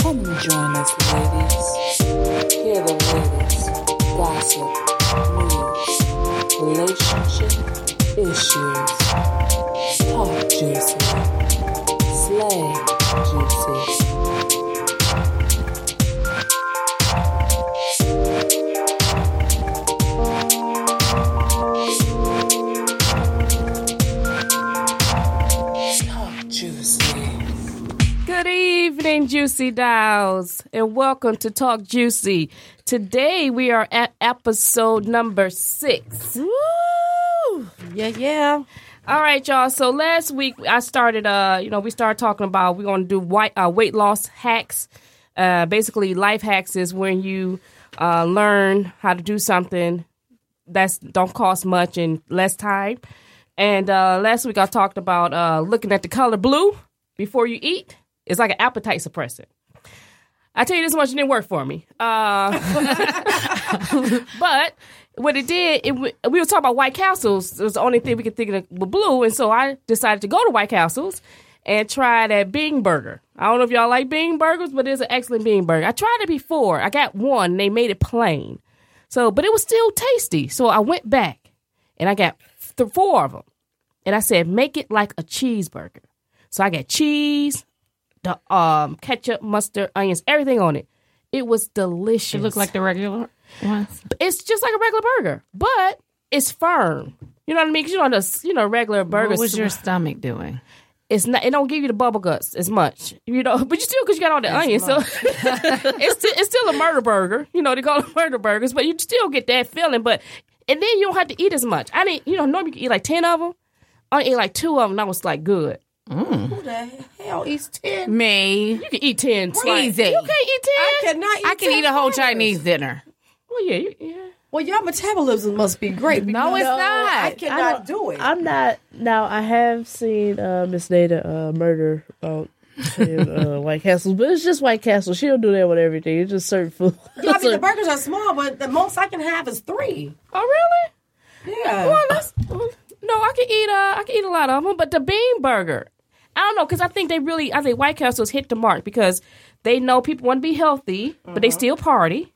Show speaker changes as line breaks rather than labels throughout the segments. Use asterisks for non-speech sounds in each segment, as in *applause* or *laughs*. Come and join us, ladies. Hear the latest gossip, news, relationship issues. Talk juicy, slay juicy. Talk juicy.
Good evening, Juicy Dolls, and welcome to Talk Juicy. Today we are at episode number six. Woo!
Yeah, yeah.
All right, y'all. So last week I started. Uh, you know, we started talking about we're gonna do white uh, weight loss hacks. Uh, basically, life hacks is when you uh, learn how to do something that's don't cost much and less time. And uh, last week I talked about uh, looking at the color blue before you eat. It's like an appetite suppressant. I tell you this much, it didn't work for me. Uh, but what it did, it, w- we were talking about White Castles. It was the only thing we could think of with blue, and so I decided to go to White Castles and try that Bing Burger. I don't know if y'all like Bing Burgers, but it's an excellent Bing Burger. I tried it before. I got one. And they made it plain, so but it was still tasty. So I went back and I got th- four of them, and I said make it like a cheeseburger. So I got cheese, the um ketchup, mustard, onions, everything on it. It was delicious.
Look like the regular ones.
it's just like a regular burger, but it's firm. You know what I mean? 'Cause you know, the, you know, regular burgers.
What was your stomach doing?
it's not. It don't give you the bubble guts as much. You know, *laughs* but you still because you got all the onions. So *laughs* it's still, it's still a murder burger. You know, they call them murder burgers, but you still get that feeling. But and then you don't have to eat as much. I didn't. You know, normally you can eat like ten of them. I ate like two of them. and I was like, good.
Hell, eats ten.
Me.
You can eat ten.
Easy.
You can't eat ten.
I cannot. Eat
I can
10
eat a whole
burgers.
Chinese dinner.
Well, yeah, you, yeah.
Well, your metabolism must be great.
No, it's
because
not.
I cannot do it.
I'm not now. I have seen uh, Miss Nada uh, murder out in
*laughs*
uh, White Castle, but it's just White Castle. She don't do that with everything. It's just certain food.
I mean, the
Certain-
burgers are small, but the most I can have is three.
*laughs* Oh, really?
Yeah.
Well, that's, no, I can eat. Uh, I can eat a lot of them, but the bean burger, I don't know because I think they really, I think White Castle's hit the mark because they know people want to be healthy, but
Mm-hmm.
they still party.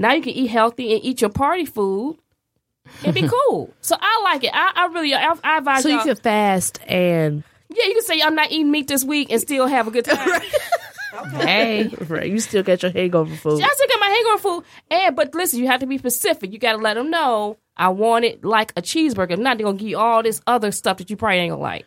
Now you can eat healthy and eat your party food and
*laughs*
be cool. So I like it. I, I really, I, I advise
so you
y'all.
can fast and
yeah, you can say I'm not eating meat this week and still have a good time. *laughs*
Hey.
*laughs* right. You still got your hangover food.
I still got my hangover food. And but listen, you have to be specific. You got to let them know I want it like a cheeseburger. If not, they're gonna give you all this other stuff that you probably ain't gonna like.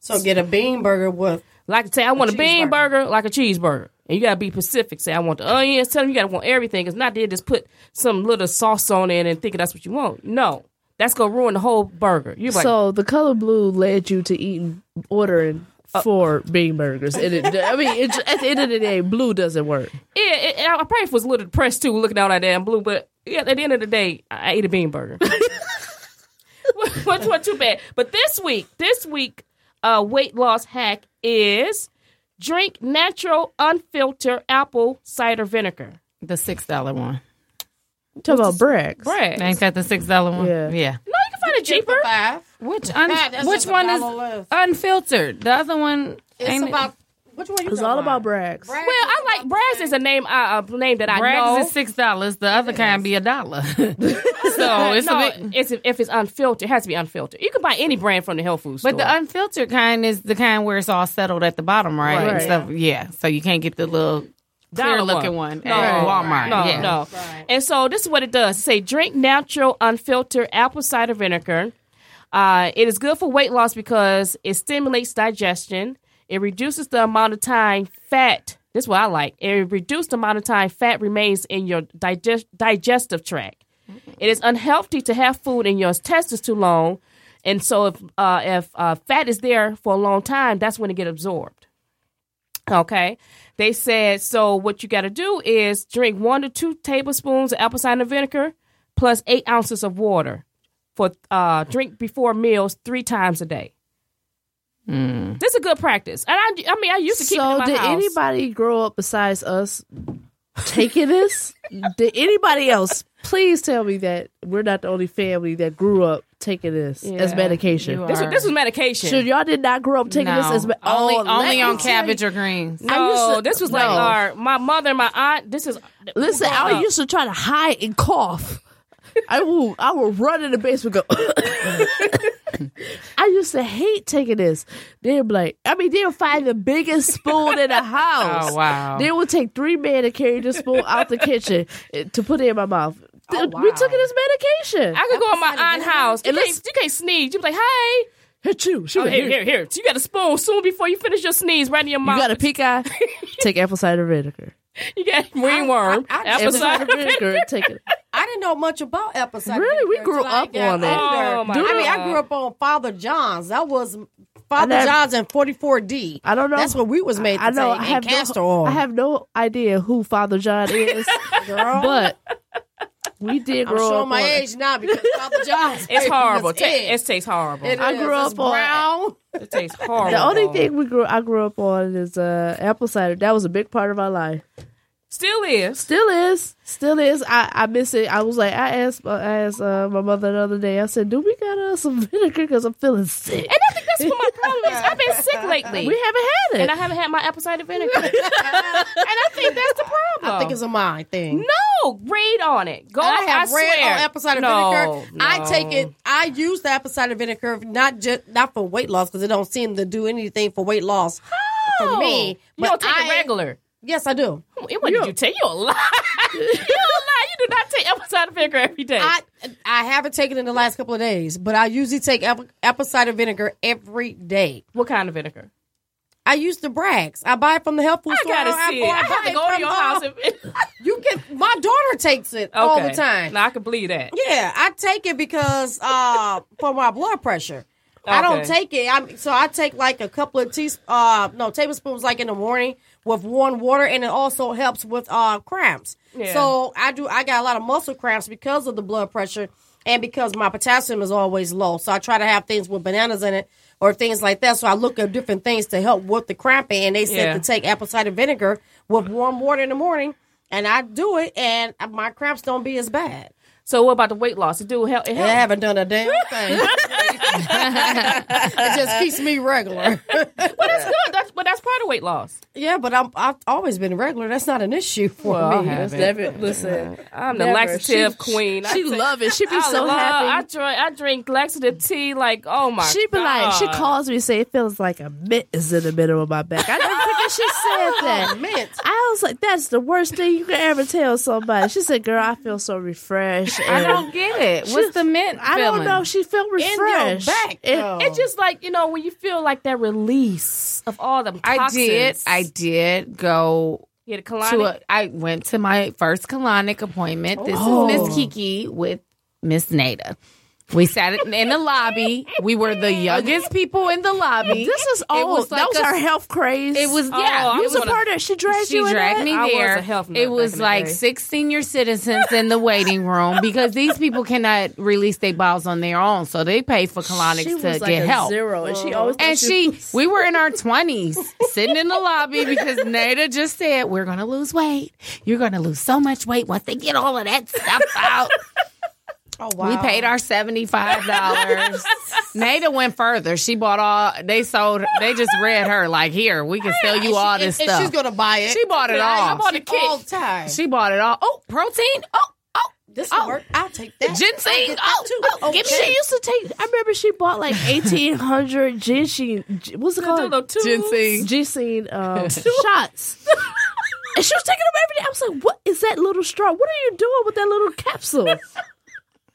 So get a bean burger with.
Like say I want a, bean burger, like a cheeseburger. And you gotta be specific. Say I want the onions. Tell them you gotta want everything. It's not they just put some little sauce on it and thinking that's what you want. No, that's gonna ruin the whole burger. You're like,
so the color blue led you to eating ordering
Uh,
four bean burgers. And it, I mean, it, at the end of the day, blue doesn't work.
yeah. It, it- I probably was a little depressed too, looking down at that damn blue. But yeah, at the end of the day, I I ate a bean
*laughs*
burger. *laughs* What's what too bad? But this week, this week, uh, weight loss hack is drink natural unfiltered apple cider vinegar.
The six dollar one.
Talk about Brax.
Brad,
Ain't that the six dollar one?
Yeah.
no, you can find it cheaper.
Five.
Which un-
Nah, that's
which
just a
one is
dollar less.
unfiltered? The other one
It's
ain't
about. Which one you
It's all about Brax.
Well, I like Braz is a name I, a name that I
Bragg's
know.
is six dollars. The other kind be a dollar. *laughs* so it's
no,
a big
it's if it's unfiltered, it has to be unfiltered. You can buy any brand from the health food store.
But the unfiltered kind is the kind where it's all settled at the bottom, right?
Right.
And stuff. Yeah. So you can't get the little clear looking one, at Walmart.
No,
yeah.
no. And so this is what it does. It say drink natural unfiltered apple cider vinegar. Uh, it is good for weight loss because it stimulates digestion. It reduces the amount of time fat. This is what I like. It reduces the amount of time fat remains in your digest, digestive tract. It is unhealthy to have food in your intestines too long, and so if uh, if uh, fat is there for a long time, that's when it get absorbed. Okay. They said, so what you got to do is drink one to two tablespoons of apple cider vinegar plus eight ounces of water for uh, drink before meals three times a day. This is a good practice, and I, I mean, I used to keep it in
Hmm. So
my
did
house.
anybody grow up besides us taking this? did anybody else? Please tell me that we're not the only family that grew up taking this as
Yeah,
medication.
you
This, was- this was medication.
So y'all did not grow up taking this as
No,
me-
only
Oh, let
only
me
on
tell you.
cabbage or greens.
I used
No,
to-
this was like
no.
our my mother, my aunt. This is
Listen, I used to try to hide and cough. I will I will run in the basement go *coughs* I used to hate taking this. They'd be like I mean they'll find the biggest spoon in the house.
Oh, wow.
They would take three men to carry this spoon out the kitchen eh, to put it in my mouth. Th- We took it as medication.
I could go in my aunt's house. You
And
can't,
let's-
you can't sneeze. You be like, "Hey,
hit you. Shoot,
oh, here, here,
here.
here." You got a spoon soon before you finish your sneeze right in your
You
mouth.
got a pink eye, take apple cider vinegar.
*laughs* You got ringworm.
I- I-
apple
Apple
cider.
cider vinegar, take it.
I didn't know much about episode.
Really? We grew up on it.
Oh, my
I mean,
God.
I grew up on Father John's. That was Father
I never-
John's and 44D.
I don't know.
That's what we was made. To
I know.
Take,
I have,
and castor
no,
oil.
I have no idea who
*laughs*
Father John is,
Girl.
but we did
I'm
grow up.
showing my
on-
age now because
*laughs*
Father John's.
It's horrible.
It's
Ta- It tastes horrible. It,
I grew up on-
brown.
tastes
*laughs*
horrible.
The only thing we grew, I grew up on is uh, apple cider. That was a big part of our life.
still is.
Still is. Still is. I, I miss it. I was like, I asked, I asked uh, my mother the other day. I said, "Do we got uh, some vinegar? Because I'm feeling sick.
I think that's what my problem is. I've been sick lately,
we haven't had
and I
it.
haven't had my apple cider vinegar. *laughs* and I think that's the problem.
I think it's a mine thing.
no. Read on it. Go.
I have
swear.
red on apple cider
No,
vinegar. I
no.
take it. I use the apple cider vinegar not just not for weight loss because it don't seem to do anything for weight loss for me.
You don't take it
I-
regular.
Yes, I do.
It what did you take? You a lie. *laughs* you a lie. You do not take apple cider vinegar every day.
I I haven't taken it in the last couple of days, but I usually take apple, apple cider vinegar every day.
what kind of vinegar?
I use the Bragg's. I buy it from the health food
I
store.
gotta
I
see
buy
it. I have to
it
go to
from
your
the-
house. And,
You get my daughter takes it all
*laughs*
the
Okay.
time.
Now I can believe that.
Yeah, I take it because uh for my blood pressure. I don't
Okay.
take it. I'm so I take like a couple of teaspoons, uh no tablespoons like in the morning with warm water and it also helps with uh cramps.
Yeah.
So I do I got a lot of muscle cramps because of the blood pressure and because my potassium is always low. So I try to have things with bananas in it or things like that. So I look at different things to help with the cramping and they said
Yeah.
to take apple cider vinegar with warm water in the morning and I do it and my cramps don't be as bad.
So what about the weight loss? It do help. It
I
help.
haven't done a damn *laughs* thing. it just keeps me regular.
But that's good. That's but that's part of weight loss.
*laughs* yeah, but I'm, I've always been regular. That's not an issue for
Well, I
me.
haven't.
Never, listen,
I'm the
Never.
laxative
She-
queen. I
she
take-
love it. She be
I
so
love- I
happy.
drink, I drink laxative tea like oh my.
She be like, she
God.
calls me and say it feels like a mitt is in the middle of my back. I didn't think she said that.
Mint.
I was like, that's the worst thing you could ever tell somebody. She said, girl, I feel so
*laughs*
refreshed.
I
and
don't get it. What's the mint?
I don't
feeling?
know. She felt
your
refreshed.
back,
It-
though.
It's just like you know when you feel like that release of all them.
I
toxins.
did. I did go
You had a
to
colonic.
a, I went to my first colonic appointment. This is
Oh.
Miss Kiki with Miss Nada. We sat in- in the lobby. We were the youngest people in the lobby.
this is old.
was like
that was
a-
our health craze.
It was
Oh,
yeah.
I
it
You
was
was
wanna-
a part of. She dragged
she
you. in
dragged
that?
me
I was
there.
a health nut
it
back
was
in the
like
day.
six senior citizens in the waiting room because these people cannot release their bowels on their own, so they pay for colonics
She
to
was
get
like a
help.
zero, and she always.
And
thought
she,
was-
we were in our twenties, sitting in the lobby because Nada just said we're gonna lose weight. You're gonna lose so much weight once they get all of that stuff out.
Oh, wow.
We paid our seventy five dollars. Nada went further. She bought all. They sold. They just read her like, here we can sell you all this
and,
stuff.
And she's going to buy it.
she bought it all.
I bought
She
it all the time.
She bought it all. Oh, protein. Oh, oh,
this
oh.
will work. I'll take that.
Ginseng.
I'll get that
Oh,
too.
oh, give me
She
Okay.
used to take. I remember she
*laughs*
bought like eighteen hundred ginseng. What's it
Do the
called?
tubes.
Ginseng um, shots. And she was taking them every day. I was like, "What is that little straw? What are you doing with that little capsule?"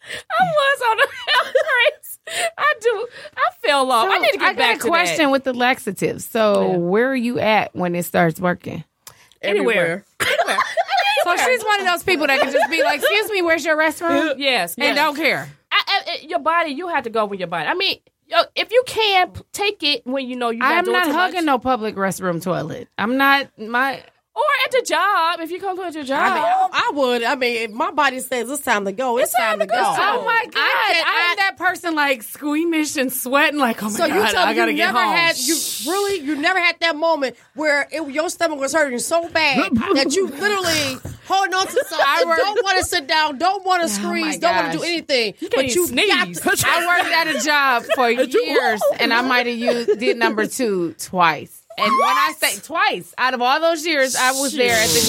I was on
*laughs*
a health craze. I do. I fell off. I need to get
got
back
a
to
question
that.
with the laxatives. So where are you at when it starts working? *laughs*
Anywhere.
So she's one of those people that can just be like, "Excuse me, where's your *laughs* restroom?"
Yes.
And
yes.
don't care.
I, I, I- your body, you have to go with your body. I mean, yo, if you can p- take it when you know you.
I'm
doing
not
too
hugging
much.
no public restroom toilet. I'm not my.
Or at the job. If you come to at your job,
I mean, I, I would. I mean, if my body says it's time to go, it's, time, to go.
Oh my god! I am that person like squeamish and sweating, like oh my
So you
god,
tell
I
me you
gotta
never
get home.
had you really you never had that moment where it, your stomach was hurting so bad
*laughs*
that you literally holding on to something, don't want to sit down, don't want to squeeze, don't want to do
Oh gosh.
anything,
can't
but you
even
got
sneeze.
to.
I worked at a job for
*laughs*
years, and I might have used did number two twice. And when I say twice, out of all those years, I was there at the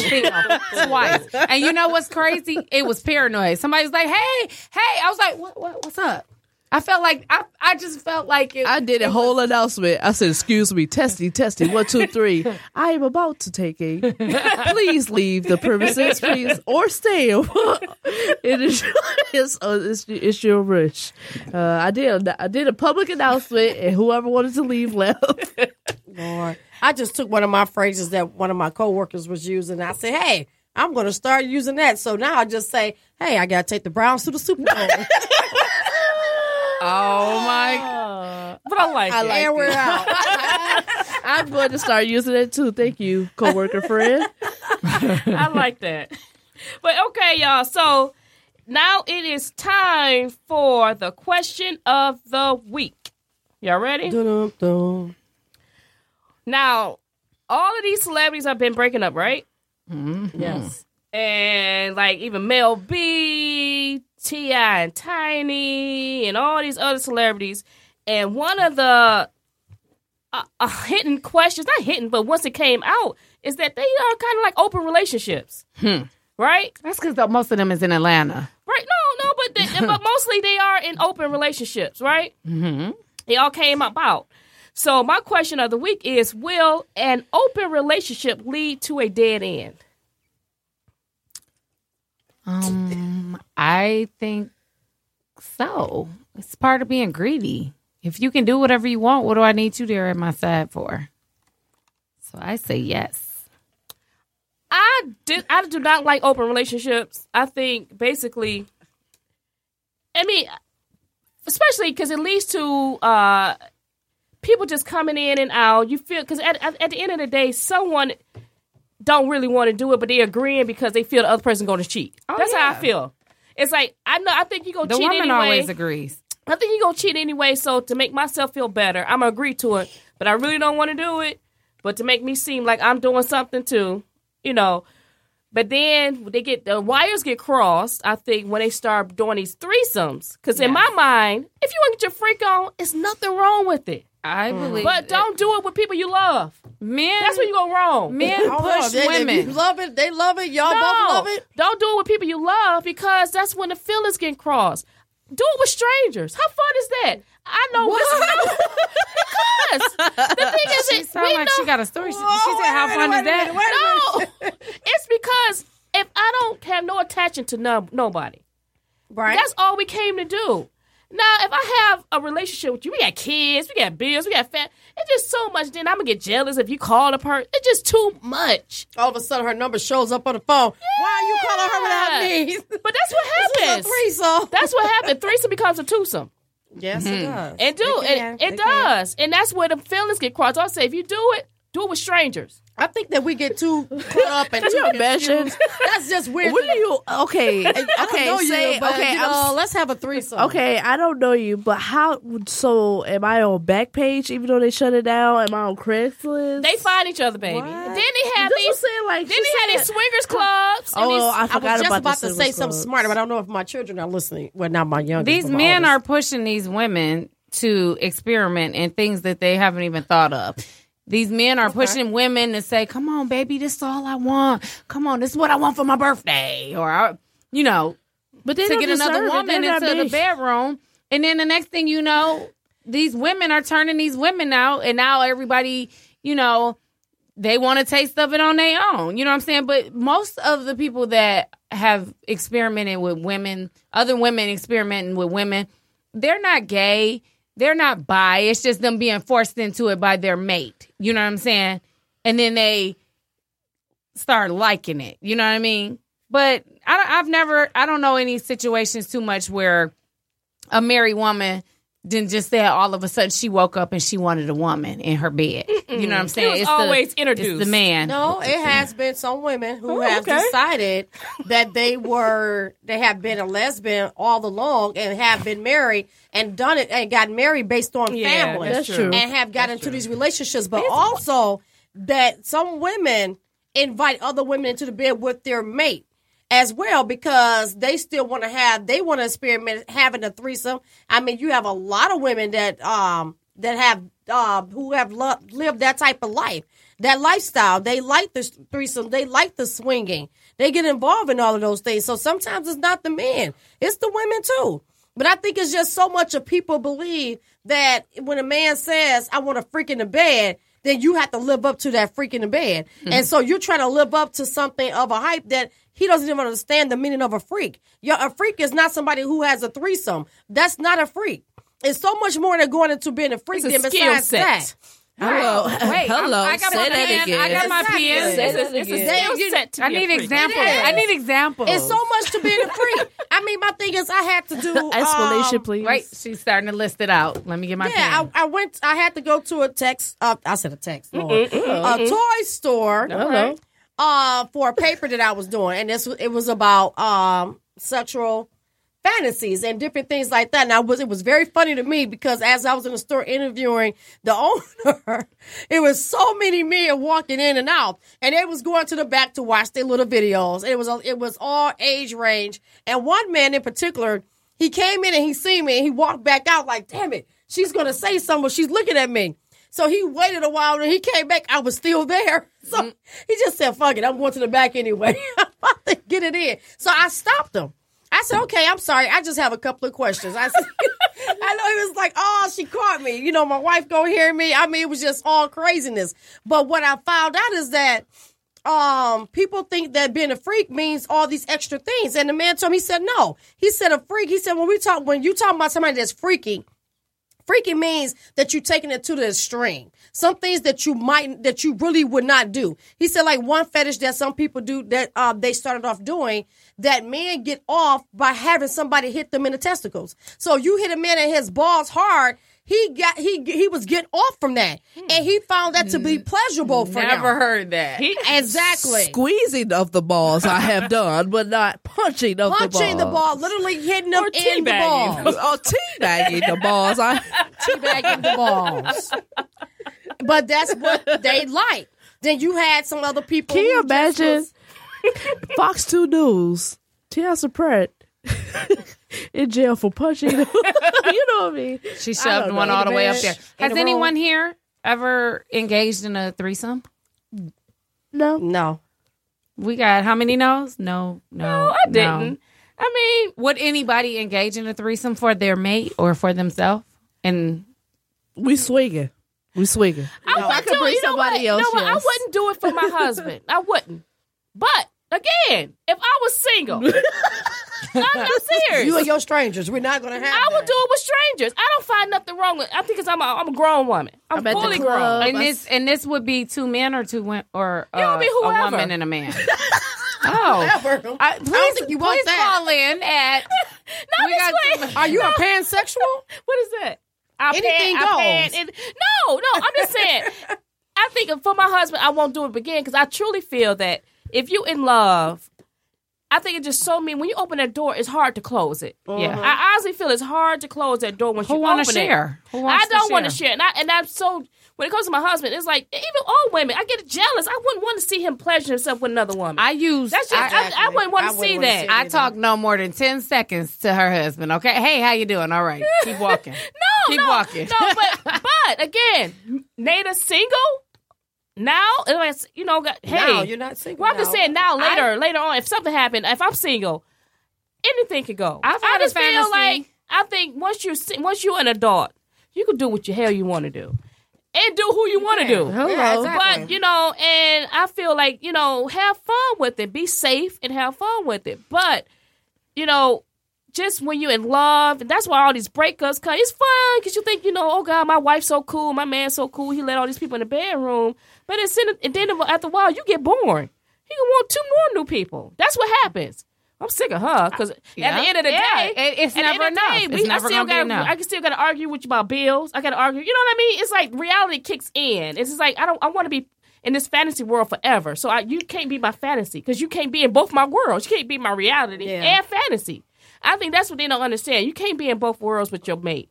casino twice. And you know what's crazy? It was paranoid. Somebody was like, "Hey, hey!" I was like, "What? what what's up?" I felt like I, I just felt like it.
I did a whole announcement. I said, "Excuse me, testy, testy, one, two, *laughs* three. I am about to take a. Please leave the premises, please, or stay. *laughs* it is it's, uh, it's, it's your wish. Uh, I did I did a public announcement, and whoever wanted to leave left.
Lord. I just took one of my phrases that one of my coworkers was using. I said, "Hey, I'm going to start using that." So now I just say, "Hey, I got to take the Browns to the
*laughs*
Super Bowl."
oh my!
but I like it.
and we're out.
*laughs*
I'm going to start using it too. Thank you, coworker friend.
I like that. But okay, y'all. So now it is time for the question of the week. Y'all ready?
Dun-dun-dun.
Now, all of these celebrities have been breaking up, right?
yes.
And like even Mel B, Ti, and Tiny, and all these other celebrities. And one of the uh, uh, hidden questions, not hidden, but once it came out, is that they are kind of like open relationships, right?
That's because most of them is in Atlanta.
Right? No, no, but they, but mostly they are in open relationships, right? Mm-hmm. They all came about. So my question of the week is: Will an open relationship lead to a dead end?
Um, I think so. It's part of being greedy. If you can do whatever you want, what do I need you there at my side for? So I say yes.
I did. I do not like open relationships. I think basically, I mean, especially because it leads to uh, people just coming in and out. You feel because at, at at the end of the day, someone don't really want to do it, but they agreeing because they feel the other person going to cheat. That's how I
Oh, yeah.
feel. It's like I know. I think you gonna
The
cheat
woman
anyway.
always agrees.
I think you're gonna cheat anyway, so to make myself feel better, I'm gonna agree to it. But I really don't wanna do it. But to make me seem like I'm doing something too, you know. But then they get the wires get crossed, I think, when they start doing these threesomes. Cause in my mind, if you wanna get your freak on, it's nothing wrong with it.
I believe,
But
that
don't do it with people you love.
men.
That's where you go wrong.
men
Oh, no,
push
they- they-
women.
you love it. They love it. Y'all
No,
both love it.
Don't do it with people you love because that's when the feelings get crossed. Do it with strangers. How fun is that? I know what's because the thing is,
*laughs*
she
it,
sounds
we
like
know,
she got a story. She, she said,
Oh,
"How fun is that?"
no. it's because if I don't have no attachment to no, nobody,
Right.
that's all we came to do. Now, if I have a relationship with you, we got kids, we got bills, we got fat. It's just so much. Then I'm gonna get jealous if you call a person. It's just too much.
all of a sudden her number shows up on the phone. Why are you calling her without me? *laughs*
But that's what happens.
It's a threesome.
That's what happened. Threesome becomes a twosome.
yes, it
Hmm.
does.
It do.
It can.
It, it
It
does. And that's where the feelings get crossed. I say, if you do it, do it with strangers.
I think that we get too caught
*laughs*
up and too
Imagine
confused. That's just weird.
when
to-
*laughs* you *laughs* okay?
I don't know
Okay, say
you, but,
okay.
you
I'm
know, let's have a threesome.
Okay, I don't know you, but how? So, am I on Backpage even though they shut it down? Am I on Craigslist?
They find each other, baby. Then they have
That's what I'm
these.
saying. Like,
Then
she
they had
said-
these swingers clubs. and
Oh,
these-
I
I was
forgot
just about,
about,
to
the
say
Silver
something
Scrubs.
smarter, but I don't know if my children are listening. Well, not my youngest.
These
but my
men are
oldest.
pushing these women to experiment in things that they haven't even thought of. These men are pushing women to say, "Come on, baby, this is all I want. Come on, this is what I want for my birthday." Or, I- you know,
But they
to
don't
get another
deserve it.
woman
They're not
into the
big.
bedroom, and then the next thing you know, these women are turning these women out, and now everybody, you know, they want to taste of it on their own. You know what I'm saying? But most of the people that have experimented with women, other women experimenting with women, they're not gay. They're not bi. It's just them being forced into it by their mate. You know what I'm saying? And then they start liking it. You know what I mean? But I, I've never, I don't know any situations too much where a married woman than just that all of a sudden she woke up and she wanted a woman in her bed. You know what I'm saying?
was always
the,
introduced.
It's the man.
No, it has been some women
Oh,
who have
okay.
decided that they were they have been a lesbian all along and have been married and done it and got married based on
Yeah,
family
that's
That's true. true.
and have gotten into these relationships, but also that some women invite other women into the bed with their mate as well because they still want to have they want to experiment having a threesome. I mean, you have a lot of women that um that have uh, who have lo- lived that type of life, that lifestyle. They like the threesome. They like the swinging. They get involved in all of those things. So sometimes it's not the men; it's the women too. But I think it's just so much of people believe that when a man says, "I want a freak in the bed," then you have to live up to that freak in the bed.
Hmm.
And so you're trying to live up to something of a hype that he doesn't even understand the meaning of a freak. Your a freak is not somebody who has a threesome. That's not a freak. It's so much more than going into being a freak
It's a
than
skill
besides
set.
that.
Hello.
Wait,
Hello.
I, I got
Say
my
that
pen.
again.
I got my
Exactly.
pen.
Say
It's a-
that
it's
again.
a skill
You-
set to
I
be a
need
freak.
examples.
It is.
I need examples.
It's
Oh.
so much to being a
*laughs*
freak. I mean, my thing is, I had to do
Explanation,
um,
please.
Wait, she's starting to list it out. Let me get my
Yeah,
pen.
I, I went. I had to go to a text. Uh, I said a text. Lord. A toy store.
Hello.
uh, for a paper that I was doing, and this was- it was about um, sexual fantasies and different things like that. And I was it was very funny to me because as I was in the store interviewing the *laughs* owner, it was so many men walking in and out, and they was going to the back to watch their little videos. It was a- it was all age range, and one man in particular, he came in and he seen me, and he walked back out like, "Damn it, she's gonna say something." but She's looking at me. So he waited a while and he came back. I was still there. *laughs* So he just said, fuck it, I'm going to the back anyway. *laughs* I'm about to get it in. So I stopped him. I said, okay, I'm sorry. I just have a couple of questions. I said, *laughs* I know he was like, oh, she caught me. You know, my wife gonna hear me. I mean, it was just all craziness. But what I found out is that um people think that being a freak means all these extra things. And the man told me, he said, no. He said a freak, he said, when we talk when you talk about somebody that's freaky, Freaking means that you're taking it to the extreme. Some things that you might, that you really would not do. He said, like one fetish that some people do that uh, they started off doing, that men get off by having somebody hit them in the testicles. So you hit a man in his balls hard. He got he he was getting off from that, and he found that to be pleasurable for
Never
him.
heard that.
Exactly,
Squeezing of the balls I have done, but not punching of the balls.
punching the ball, literally hitting him in the
teabagging.
balls.
Oh, teabagging the balls. I
teabagging the balls. But that's what they like. Then you had some other people.
Can you
who just
imagine
was-
*laughs* Fox 2 News, Tiasa Pratt *laughs* in jail for punching? *laughs* you know what I mean?
She
I
shoved
don't
one
know,
all the way
in
up
bed,
there.
in
Has
a
anyone
room.
here ever engaged in a threesome?
No.
No.
We got how many no's? No, no,
No, I didn't. I mean,
Would anybody engage in a threesome for their mate or for themselves? And
We swinging. We swinging.
I
If
would
I could
do
bring
it. You know
somebody
what? You know
else,
what? I
yes.
wouldn't do it for
*laughs*
my husband. I wouldn't. But again, if I was
*laughs*
single, I'm not serious.
You and your strangers. We're not going to have
I
that.
would do
*laughs*
it with strangers. I don't find nothing wrong with. I think because I'm a, I'm a grown woman. I'm,
at the
fully
club.
grown.
and this and this would be two men or two women or
would
uh,
be
a
whoever.
woman and a man. *laughs* oh,
Whatever.
I, please,
don't think you want
please
that.
call in at.
Not
we
this
got
way.
Are you a pansexual?
What is that? I
Anything
I
goes.
it- no, no. I'm just saying.
*laughs*
I think for my husband, I won't do it again because I truly feel that if you in love, I think it's just so mean. When you open that door, it's hard to close it. Yeah, I honestly feel it's hard to close that door once
Who
you
wanna
open
share?
it.
Who wants
I don't
to
want to
share?
share, and I and I'm so. When it comes to my husband, it's like even all women. I get jealous. I wouldn't want to see him pleasure himself with another woman.
I use.
That's just,
I,
I, I wouldn't want
I
to
wouldn't
see
wanna
that.
see
I,
I talk no more than ten seconds to her husband. Okay, hey, how you doing? All right, keep walking.
no,
keep
no,
walking.
no, but but again, Nada single now. Unless you know, got- hey,
No, you're not single.
Well, I'm just
now.
saying now, later, later on, if something happened, if I'm single, anything could go.
I've had
I just
a fantasy.
feel like I think once you si- once you're an adult, you can do what the hell you want to do, and do who you want to do.
Hello.
Yeah, exactly.
But you know, and I feel like you know, have fun with it, be safe, and have fun with it. But you know, just when you're in love, and that's why all these breakups come. It's fun because you think you know, oh God, my wife's so cool, my man's so cool. He let all these people in the bedroom, but it's in, and then after a while, you get bored. You can want two more new people. That's what happens. I'm sick of her because at the
Yeah.
end of the
Yeah,
day,
it- it's
at the end
never
of the
enough.
Day, we,
It's
I
never
still
gonna be
gotta-
enough.
I can still got to argue with you about bills. I got to argue. You know what I mean? It's like reality kicks in. It's just like I don't. I want to be in this fantasy world forever. So I, you can't be my fantasy because you can't be in both my worlds. You can't be my reality
Yeah.
and fantasy. I think that's what they don't understand. You can't be in both worlds with your mate,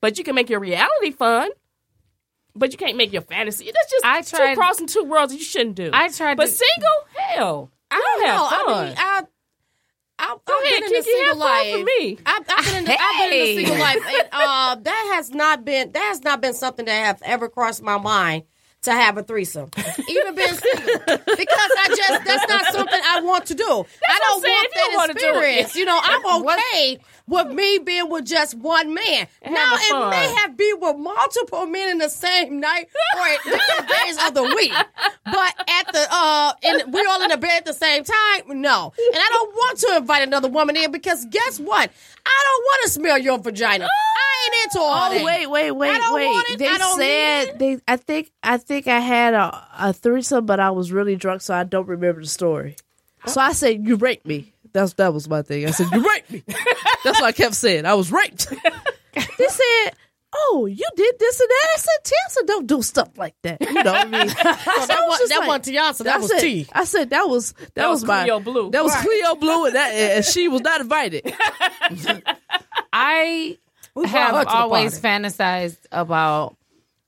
but you can make your reality fun. But you can't make your fantasy. That's just
I
two
tried-
crossing two worlds that you shouldn't do.
I tried
But
to-
single, hell,
I don't
have
know. I
fun.
mean, I, I,
ahead,
I've been in a
Kiki,
single
have fun
life.
for me.
I've, I've been in. the- I've been in a single
Hey.
life, and uh, that has not been that has not been something that have ever crossed my mind to have a threesome, even being single, because I just that's not something I want to do. I
what I'm
don't
saying. If
want
you don't
that
wanna do it,
experience. You know, I'm okay with me being with just one man. Now
having
it may
fun.
have be with multiple men in the same night or at different days of the week, but at the uh, and we're all in the bed at the same time. No, and I don't want to invite another woman in because guess what? I don't want to smell your vagina. I ain't into all that.
Oh wait, wait, wait,
I don't
wait!
want it.
They
I don't need
said they. I think I think I had a, a threesome, but I was really drunk, so I don't remember the story. So I said, "You raped me." That's that was my thing. I said, "You raped me." That's what I kept saying. I was raped. they said. Oh, you did this and that. I said, Tiasa, don't do stuff like that. You know what I mean? So
that
I was
wa-
just
that wasn't Tiasa, that
I
was
said-
T.
I said that was that,
was
was, my
Cleo Blue.
That was Cleo Blue, and, that, and she was not invited.
I
We brought her to
have
the
always
party.
fantasized about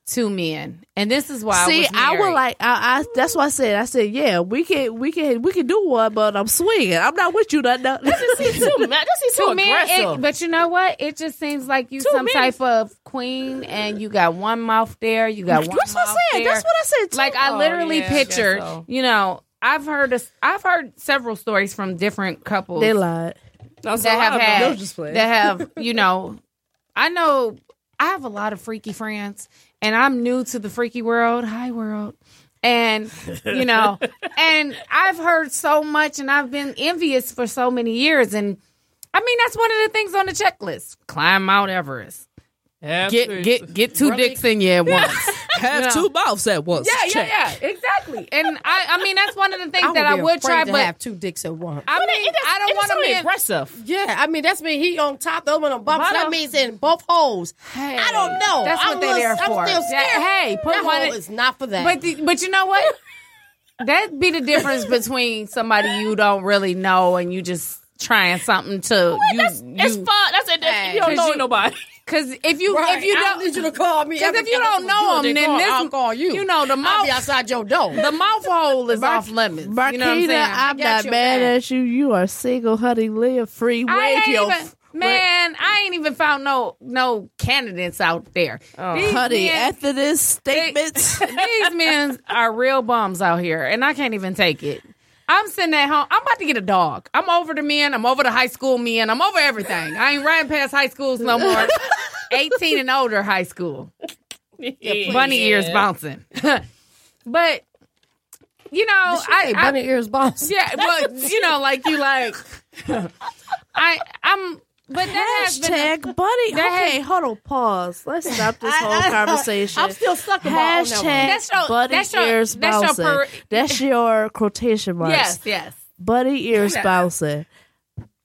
two men, and this is why. I
See,
was
I would
married.
like. I, I that's why I said. I said, yeah, we can, we can, we can do one, but I'm swinging. I'm not with you. Not, not.
too mad. That
*laughs*
seems too
two men.
aggressive.
It, but you know what? It just seems like you
Two
some
men
type of queen, and you got one mouth there, you got one
That's what
mouth
I said.
there.
*laughs* That's what I said. Too.
like I
Oh,
literally
yeah, I guess
picture.
so.
You know, I've heard a, I've heard several stories from different couples
they lied.
That's
that
a lot
have
of
had
They'll just play.
that
*laughs*
have you know. I know I have a lot of freaky friends, and I'm new to the freaky world. Hi, world. And you
*laughs*
know, and I've heard so much, and I've been envious for so many years. And I mean, that's one of the things on the checklist: climb Mount Everest, get get get two dicks in you at
*laughs*
once.
Have
Yeah.
two mouths at once.
Yeah,
Check.
yeah, yeah, exactly. And I, I mean, that's one of the things
I
that I
be
would
afraid
try,
to
but
have two dicks at once.
I mean, I don't want to be.
aggressive.
yeah, I mean that's mean he on top, the other one on bottom. That
Bottom.
means in both holes.
Hey,
I don't know.
That's
I'm
what they're there
little-
for.
I'm still
That-
scared.
hey, put
that
one.
hole
in-
is not for that.
but the, but you know what? That'd be the difference between somebody you don't really know and you just trying something to you.
that's, that's
you-
fun. That's it. That's, you don't
Cause
know
you-
nobody.
Cause if you
Right.
if you
I
don't
need you to call me
because
every
if you
time
don't
I was
know
doing
them,
it,
then this
I'll call you.
You know the
I'll be
mouth
outside your door.
the mouth hole is off limits.
Marquita,
you know what I'm saying?
I'm,
got
not
your
mad
back.
at you. You are single, honey. Live free.
I
Wave
ain't
your
even, man, I ain't even found no no candidates out there. These
honey.
men-
After this statement,
These men are real bums out here, and I can't even take it. I'm sitting at home. I'm about to get a dog. I'm over the men. I'm over the high school men. I'm over everything. I ain't riding past high schools no
*laughs*
more. 18 and older high school. Bunny ears bouncing. *laughs* but, you know, I,
hey,
I-
bunny ears boss.
yeah, well, you know, like you like, I, I'm, but that has been a-
hashtag buddy.
that
Okay, hold on. Pause. Let's stop
*laughs*
this whole conversation.
I'm still stuck in my own that
Hashtag
one.
That's your-
buddy
that's your-
ears
that's your
bouncing.
per-
that's your quotation marks.
yes, yes.
Buddy ears bouncing.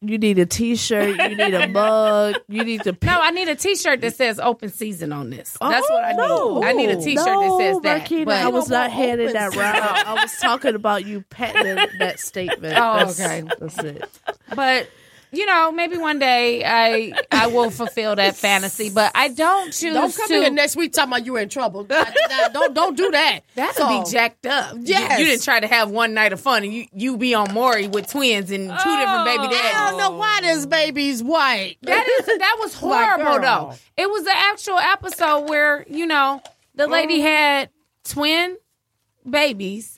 You need a t-shirt. You
*laughs*
need a mug. You need to.
No, I need a T-shirt that says "Open Season" on this. That's what I need.
Oh, no.
I need a T-shirt
no,
that says that.
Marquita,
but-
I was not
Open
handing that
season.
round. I was talking about you patenting that statement.
Oh,
That's-
okay.
That's it.
but you know, maybe one day I I will fulfill that fantasy. But I don't choose
Don't come
to.
in here next week talking about you in trouble. Now, now, don't don't do that.
that
So-
would be jacked up. You-
Yes.
you, didn't try to have one night of fun, and you you be on Maury with twins and two different baby daddies.
I don't know why this baby's white.
That is that
*laughs*
was horrible
girl.
though. It was the actual episode where you know the lady
Mm-hmm.
had twin babies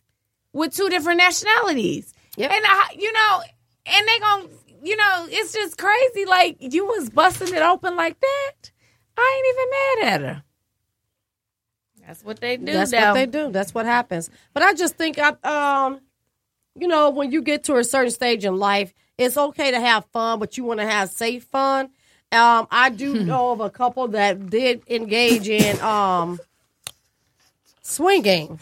with two different nationalities,
Yep.
and I, you know, and they gon' you know, it's just crazy. Like you was busting it open like that. I ain't even mad at her. That's what they do.
That's
though.
what they do. That's what happens. But I just think I um you know, when you get to a certain stage in life, it's okay to have fun, but you want to have safe fun. Um, I do know of a couple that did engage in um swinging.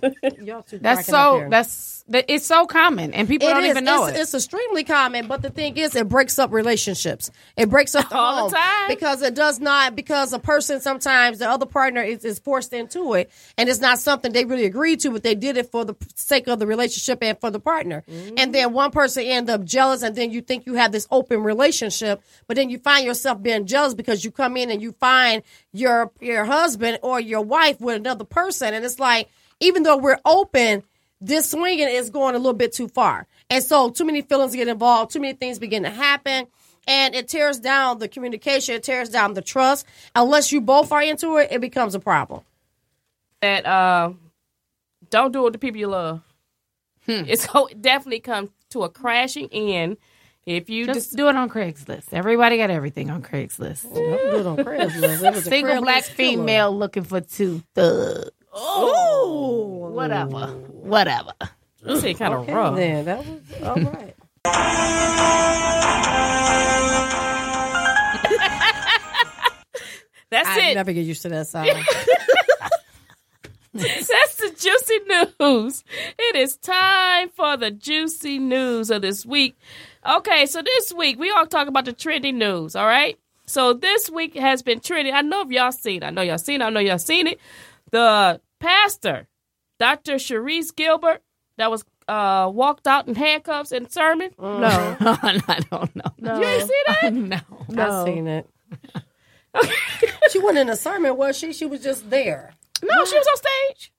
*laughs* Y'all too
That's
cracking up
so.
here.
That's that, it's so common, and people
It
don't
is.
even know
it's,
it.
it's extremely common, but the thing is, it breaks up relationships. It breaks up the *laughs*
All the
home
time.
because it does not because a person sometimes the other partner is, is forced into it, and it's not something they really agreed to, but they did it for the sake of the relationship and for the partner. And then one person end up jealous, and then you think you have this open relationship, but then you find yourself being jealous because you come in and you find your your husband or your wife with another person, and it's like even though we're open this swinging is going a little bit too far. And so too many feelings get involved, too many things begin to happen, and it tears down the communication, it tears down the trust. Unless you both are into it, it becomes a problem.
*laughs* that uh, don't do it to people you love. It's go- definitely come to a crashing end if you
Just do it on Craigslist. Everybody got everything on Craigslist.
Good on Craigslist. It was a
Single
Craigslist
black
killer.
female looking for two thugs. Oh, whatever, whatever. *laughs*
just say kind of rough.
Then that was all right.
*laughs* That's
I
it.
never get used to
*laughs*
that sound.
That's the juicy news. It is time for the juicy news of this week. Okay, so this week we all talk about the trendy news, all right? So this week has been trendy. I know if y'all seen it. I know y'all seen it. I know y'all seen it. The pastor, Dr. Sharice Gilbert, that was uh, walked out in handcuffs in sermon.
Oh. *laughs*
No,
I don't know.
You ain't see
Mm.
that?
no.
I've seen it.
*laughs*
she wasn't in a sermon, was she? She was just there.
No, she was on stage.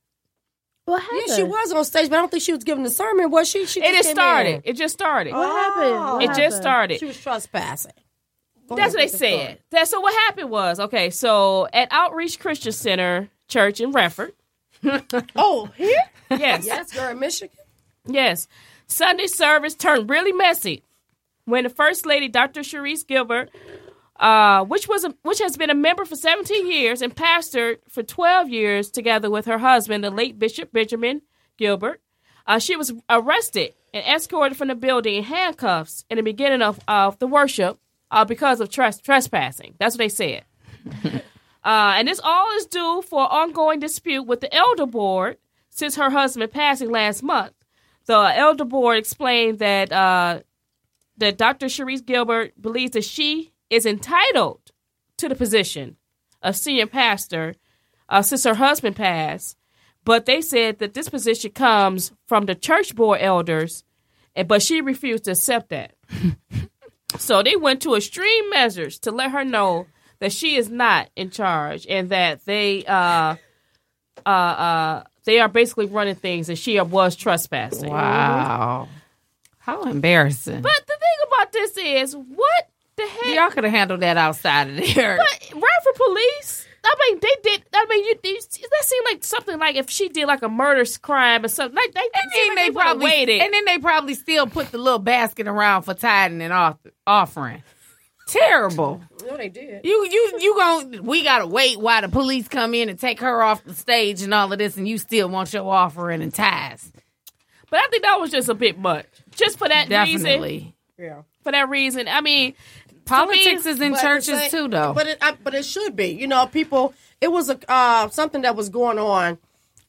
What
Yeah, she was on stage, but I don't think she was giving the sermon, was she? she
It
just
just
came
started.
in.
It just started.
What happened? What
It just
happened?
started.
She was trespassing. Go
That's what they
ahead, finish the story.
said. That's so. What happened was okay. So at Outreach Christian Center Church in Radford,
Oh, here?
*laughs* yes,
Yes, girl, in Michigan.
yes, Sunday service turned really messy when the First Lady Dr. Sharice Gilbert, uh, which was a, which has been a member for 17 years and pastored for 12 years together with her husband, the late Bishop Benjamin Gilbert, uh, she was arrested and escorted from the building in handcuffs in the beginning of, of the worship uh, because of tres- trespassing. That's what they said. Uh, and this all is due for ongoing dispute with the elder board since her husband passing last month. The elder board explained that uh, that Dr. Sharice Gilbert believes that she is entitled to the position of senior pastor uh, since her husband passed, but they said that this position comes from the church board elders, and but she refused to accept that. So they went to extreme measures to let her know that she is not in charge and that they uh uh uh they are basically running things and she was trespassing.
Wow. How embarrassing.
But the thing about this is what the heck
Y'all could have handled that outside of there.
Radford police. I mean, they did. I mean, you, you, that seemed like something like if she did like a murder crime or something. Like, they,
and then they,
probably
probably
waited.
and then they probably still put the little basket around for tithing and off, offering. Terrible.
No, they did.
You you you going we gotta wait while the police come in and take her off the stage and all of this, and you still want your offering and tithes.
but I think that was just a bit much, just for that
Definitely.
reason. For that reason, I mean,
Politics
me,
is in
But
churches
it's like-
too, though.
But it, I, but it should be. You know, people. It was a uh, something that was going on.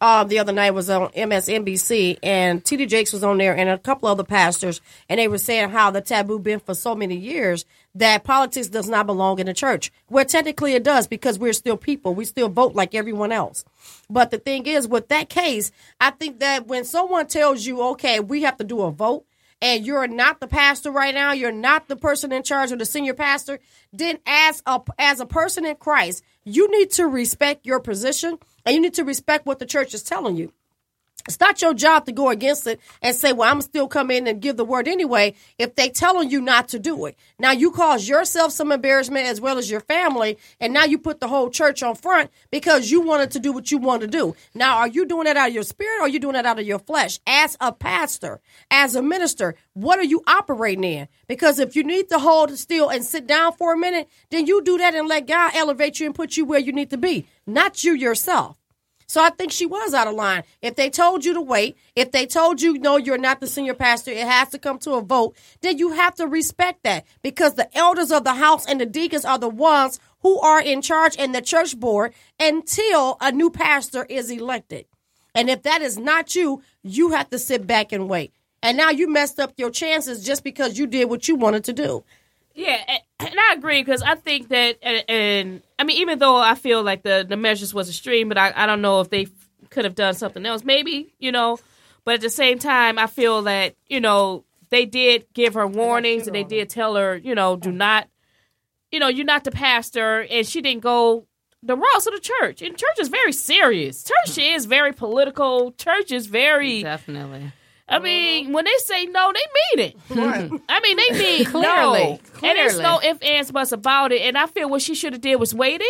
Um, the other night was on MSNBC and TD Jakes was on there and a couple other pastors and they were saying how the taboo been for so many years that politics does not belong in the church. Well, technically it does because we're still people. We still vote like everyone else. But the thing is, with that case, I think that when someone tells you, okay, we have to do a vote, and you're not the pastor right now, you're not the person in charge or the senior pastor, then as a as a person in Christ, you need to respect your position and you need to respect what the church is telling you. It's not your job to go against it and say, "Well, I'm still come in and give the word anyway." If they telling you not to do it, now you cause yourself some embarrassment as well as your family, and now you put the whole church on front because you wanted to do what you want to do. Now, are you doing that out of your spirit or are you doing that out of your flesh? As a pastor, as a minister, what are you operating in? Because if you need to hold still and sit down for a minute, then you do that and let God elevate you and put you where you need to be, not you yourself. So I think she was out of line. If they told you to wait, if they told you no, you're not the senior pastor, it has to come to a vote, then you have to respect that because the elders of the house and the deacons are the ones who are in charge in the church board until a new pastor is elected. And if that is not you, you have to sit back and wait. And now you messed up your chances just because you did what you wanted to do.
Yeah, and, and I agree because I think that, and, and I mean, even though I feel like the the measures was extreme, but I, I don't know if they could have done something else. Maybe you know, but at the same time, I feel that you know they did give her warnings and they did tell her you know do not, you know, you're not the pastor, and she didn't go the routes of the church. And church is very serious. Church is very political. Church is very.
*laughs* Definitely.
I mean, when they say no, they mean it. *laughs* I mean, they mean
*laughs* Clearly.
no. And there's
Clearly.
no ifs, ands, buts about it. And I feel what she should have did was waited.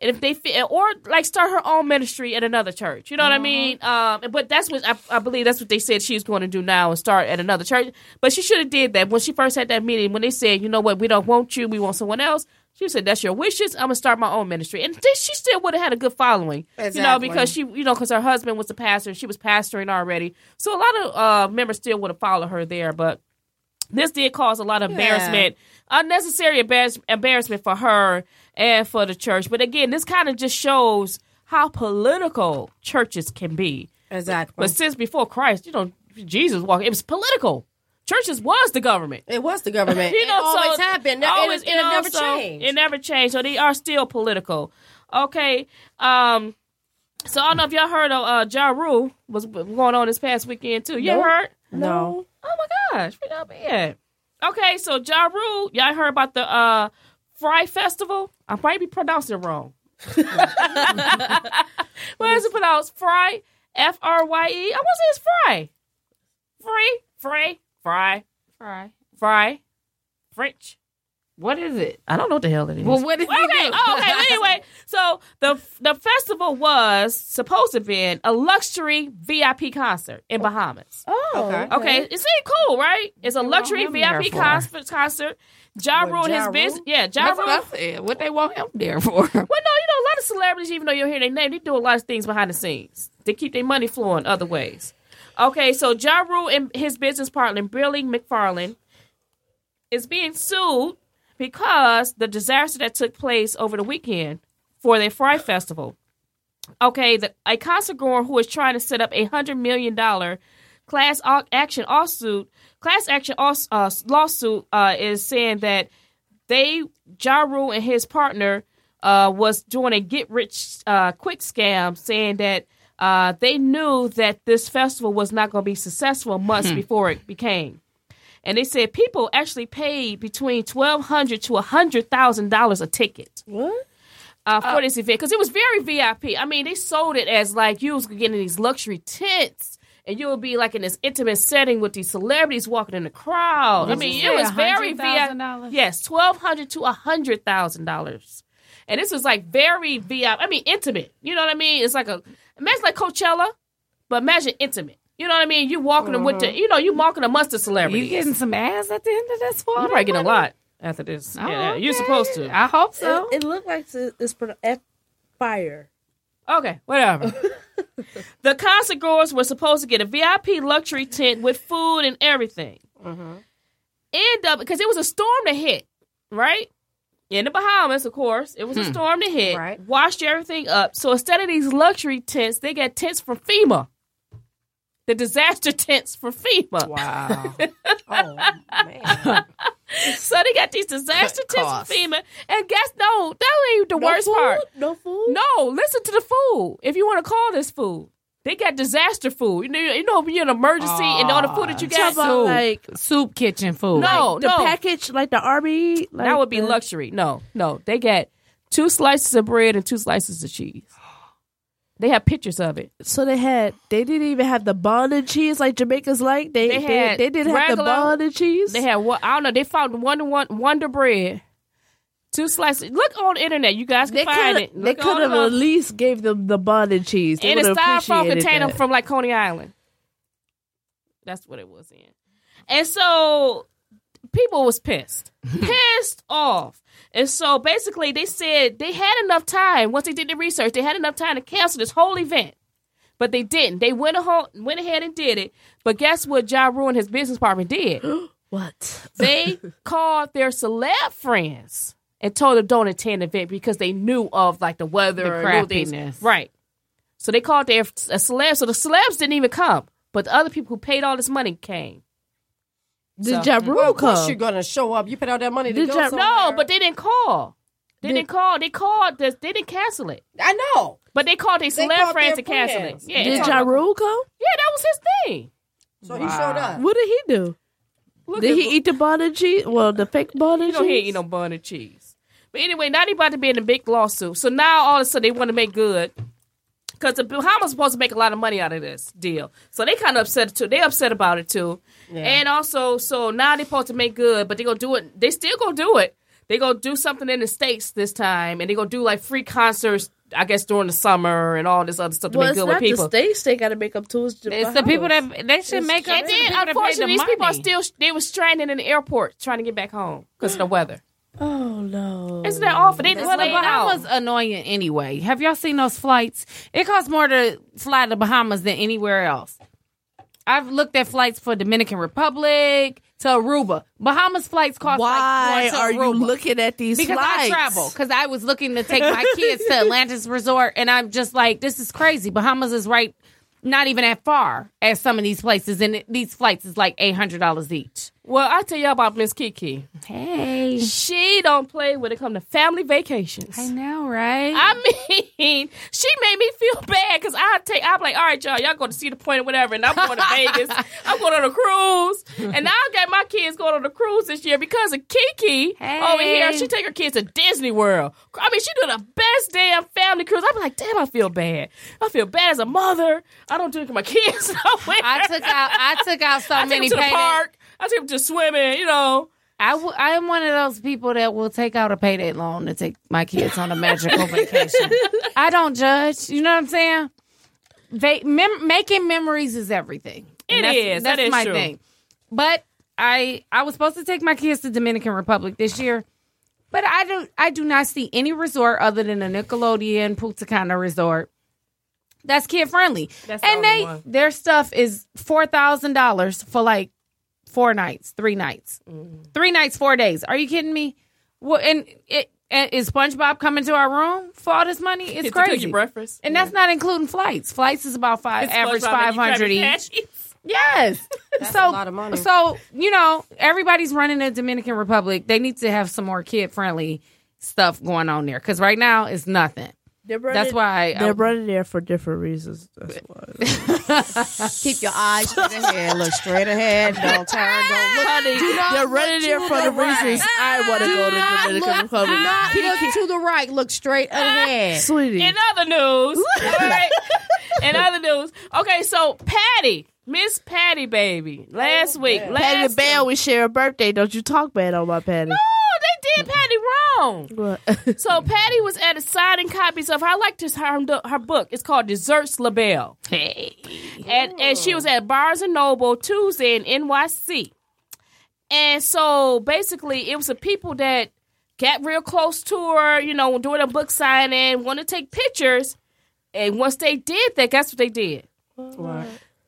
And if they fit, or like start her own ministry at another church, you know what I mean. Um, but that's what I, I believe. That's what they said she was going to do now and start at another church. But she should have did that when she first had that meeting. When they said, you know what, we don't want you, we want someone else. She said, "That's your wishes. I'm gonna start my own ministry." And then she still would have had a good following, you know,
Exactly.
because she, you know, because her husband was the pastor, she was pastoring already. So a lot of uh, members still would have followed her there, but this did cause a lot of embarrassment, unnecessary embarrass- embarrassment for her and for the church. But again, this kind of just shows how political churches can be.
Exactly.
But since before Christ, you know, Jesus walked, it was political. Churches was the government.
It was the government.
*laughs* You know,
it always
so
had been. It,
always,
it,
you
it
know,
never
so
changed.
It never changed. So they are still political. Okay. Um. So I don't know if y'all heard of uh, Ja Rule was going on this past weekend too. You heard?
no.
Oh my gosh, where y'all be at? Okay, so Ja Rule, y'all heard about the uh Fry Festival? I might be pronouncing it
*laughs*
wrong. what is it pronounced? Fry? F R Y E? I want to say it's Fry. Free? Fry? Fry?
Fry.
Fry? French?
What is it?
I don't know what the hell it is.
Well, what did
Well,
he
okay.
do?
Oh, okay. Well,
*laughs*
anyway, so the the festival was supposed to be a luxury VIP concert
Oh.
in Bahamas.
Okay.
Okay, it seemed cool, right? It's a luxury
him there
VIP
for?
concert. Concert. Ja
What,
Rule and
Ja
his
Rule?
business. Yeah, Ja
That's what I
Rule.
said. What they want him there *laughs* for?
Well, no, you know, a lot of celebrities, even though you don't hear their name, they do a lot of things behind the scenes. They keep their money flowing other ways. Okay, so Ja Rule and his business partner, Billy McFarland, is being sued because the disaster that took place over the weekend for their Fry Festival. Okay, the, a concert goer who is trying to set up a hundred million dollar class au- action lawsuit, class action aus- uh, lawsuit uh, is saying that they Ja Rule and his partner uh, was doing a get rich uh, quick scam, saying that uh, they knew that this festival was not going to be successful months before it became. And they said people actually paid between twelve hundred to hundred thousand dollars a ticket uh, for this event because it was very VIP. I mean, they sold it as like you was getting these luxury tents. And you would be like in this intimate setting with these celebrities walking in the crowd. I mean, it
say
was very VIP.
$100,000?
Yes, twelve hundred to hundred thousand dollars, and this was like very VIP. I mean, intimate. You know what I mean? It's like a imagine like Coachella, but imagine intimate. You know what I mean? You walking with the, you know, you walking amongst the celebrities.
You getting some ass at the end of this one?
You probably getting a lot after this.
Oh,
yeah, yeah, you're
okay.
supposed to.
I hope so.
It looked like it's, it's pro- F fire.
Okay, whatever. the concert goers were supposed to get a VIP luxury tent with food and everything. End up because it was a storm that hit, right? In the Bahamas, of course, it was a storm that hit,
Right.
washed everything up. So instead of these luxury tents, they got tents from FEMA, the disaster tents from FEMA. *laughs*
wow.
Oh, man.
So they got these disaster tents from
Cost.
FEMA, and guess no, that ain't the worst
food?
part.
No food.
No, listen to the food. If you want to call this food, they got disaster food. You know, you know, when you're in an emergency and all the food that you got.
How about
soup.
like
Soup kitchen food.
no,
the
no,
package, like the Arby? Like
that would be
the-
luxury. No, no, they got two slices of bread and two slices of cheese. They have pictures of it.
So they had. They didn't even have the bond and cheese like Jamaica's like. They
They
they,
had
they, didn't have the
regular-
bond and cheese.
They had what? I don't know. They found Wonder Won- Wonder Bread, two slices. Look on the internet, you guys can
They
find
could.
it.
They
Look
could
on
have
it on-
at least gave them the bond and cheese. They
in a
would've
styrofoam
appreciated
container
that.
from like Coney Island. That's what it was in. And so people was
*laughs*
pissed. pissed off. And so basically they said they had enough time once they did the research, they had enough time to cancel this whole event. But they didn't. They went aho- went ahead and did it. But guess what Ja Rule and his business partner did?
what?
they called their celeb friends and told them don't attend the event because they knew of like the weather
The
and all things.
crappiness.
Right. So they called their a celeb. So the celebs didn't even come, but the other people who paid all this money came.
Did
So-
Ja
Well,
Rule
of course
come?
you're gonna show up. You paid all that money to
Did
go
y'all-
somewhere.
No, but they didn't call. They didn't call. They called. This, they didn't cancel it,
I know.
but they called their
They
celeb
called
friends
their
to cancel it.
friends.
Yeah,
Did
it's
Ja
all-
Rule come?
Yeah, that was his thing.
So he showed up.
What did he do?
Look
Did
at-
he eat the bun and cheese? Well, the fake bun and
You don't hear
cheese.
eat no bun and cheese. But anyway, now they about to be in a big lawsuit. So now all of a sudden they want to make good. Because the Bahamas supposed to make a lot of money out of this deal. So they kind of upset too. They upset about it too. And also, so now they supposed to make good, but they going to do it. They still going to do it. they going to do something in the States this time. And they going to do like free concerts, I guess, during the summer and all this other stuff to
well,
make
it's
good
not
with people.
the states they got to make up tools. To
It's the people that they should make up.
and then,
Uh-huh. it's the people that paid
unfortunately,
the
these people are
money.
still, they were stranded in the airport trying to get back home because of the weather.
Oh no!
Isn't that awful? They just
Well, the
laid out.
Bahamas annoying anyway. Have y'all seen those flights? It costs more to fly to Bahamas than anywhere else. I've looked at flights for Dominican Republic to Aruba. Bahamas flights cost
Why
like going
are
to
you
Aruba.
looking at these
because I
slides?
travel. Because I was looking to take my kids to Atlantis Resort, and I'm just like, this is crazy. Bahamas is right, not even that far as some of these places, and it- these flights is like eight hundred dollars each.
Well, I tell you all about Miss Kiki.
Hey,
She don't play when it come to family vacations.
I know, right?
I mean, she made me feel bad because I take I'm like, all right, y'all, y'all going to see the point or whatever, and I'm going to
*laughs*
Vegas. I'm going on a cruise, and I got my kids going on a cruise this year because of Kiki over here.
Hey.
She take her kids to Disney World. I mean, she do the best damn family cruise. I'm like, damn, I feel bad. I feel bad as a mother. I don't do it for my kids. *laughs* nowhere.
I took out I took out so
I take
many
them to the
payday-
park. I take them to swimming. You know.
I w- I am one of those people that will take out a payday loan to take my kids on
*laughs*
a magical vacation. I don't judge. You know what I'm saying? Va- mem- making memories is everything.
It
It is.
is.
That's
That is
my
true.
thing. But I I was supposed to take my kids to Dominican Republic this year, but I do I do not see any resort other than a Nickelodeon Punta Cana resort that's kid friendly.
That's the
and
only
they
one.
their stuff is four thousand dollars for like four nights, three nights,
Mm-hmm.
three nights, four days. Are you kidding me? Well, and it and is SpongeBob coming to our room for all this money? It's
Get *laughs* to cook
crazy.
your breakfast.
And that's not including flights. Flights is about five, average five hundred each. Yes. so,
a lot of money.
so you know, everybody's running the Dominican Republic. They need to have some more kid friendly stuff going on there because right now it's nothing. That's why I-
they're running there for different reasons. That's
*laughs*
why.
Keep your eyes straight ahead. Look straight
*laughs*
ahead. Don't turn. Don't look.
Ah!
they're running there for the reasons I want to go to Dominican Republic.
Do not look to the right.
Ah!
Look straight ahead.
Sweetie,
In other news, all right. In other news, okay. So Patty, Miss Patty, baby, last week, last
Patty Bell, we share a birthday. Don't you talk bad on my Patty?
Oh, they did Patty wrong.
What?
So Patty was at a signing copies of. I like this her her book. It's called Desserts La Belle. Hey, and and she was at Barnes and Noble Tuesday in NYC, and so basically it was the people that got real close to her, you know, doing a book signing, want to take pictures, and once they did that, guess what they did?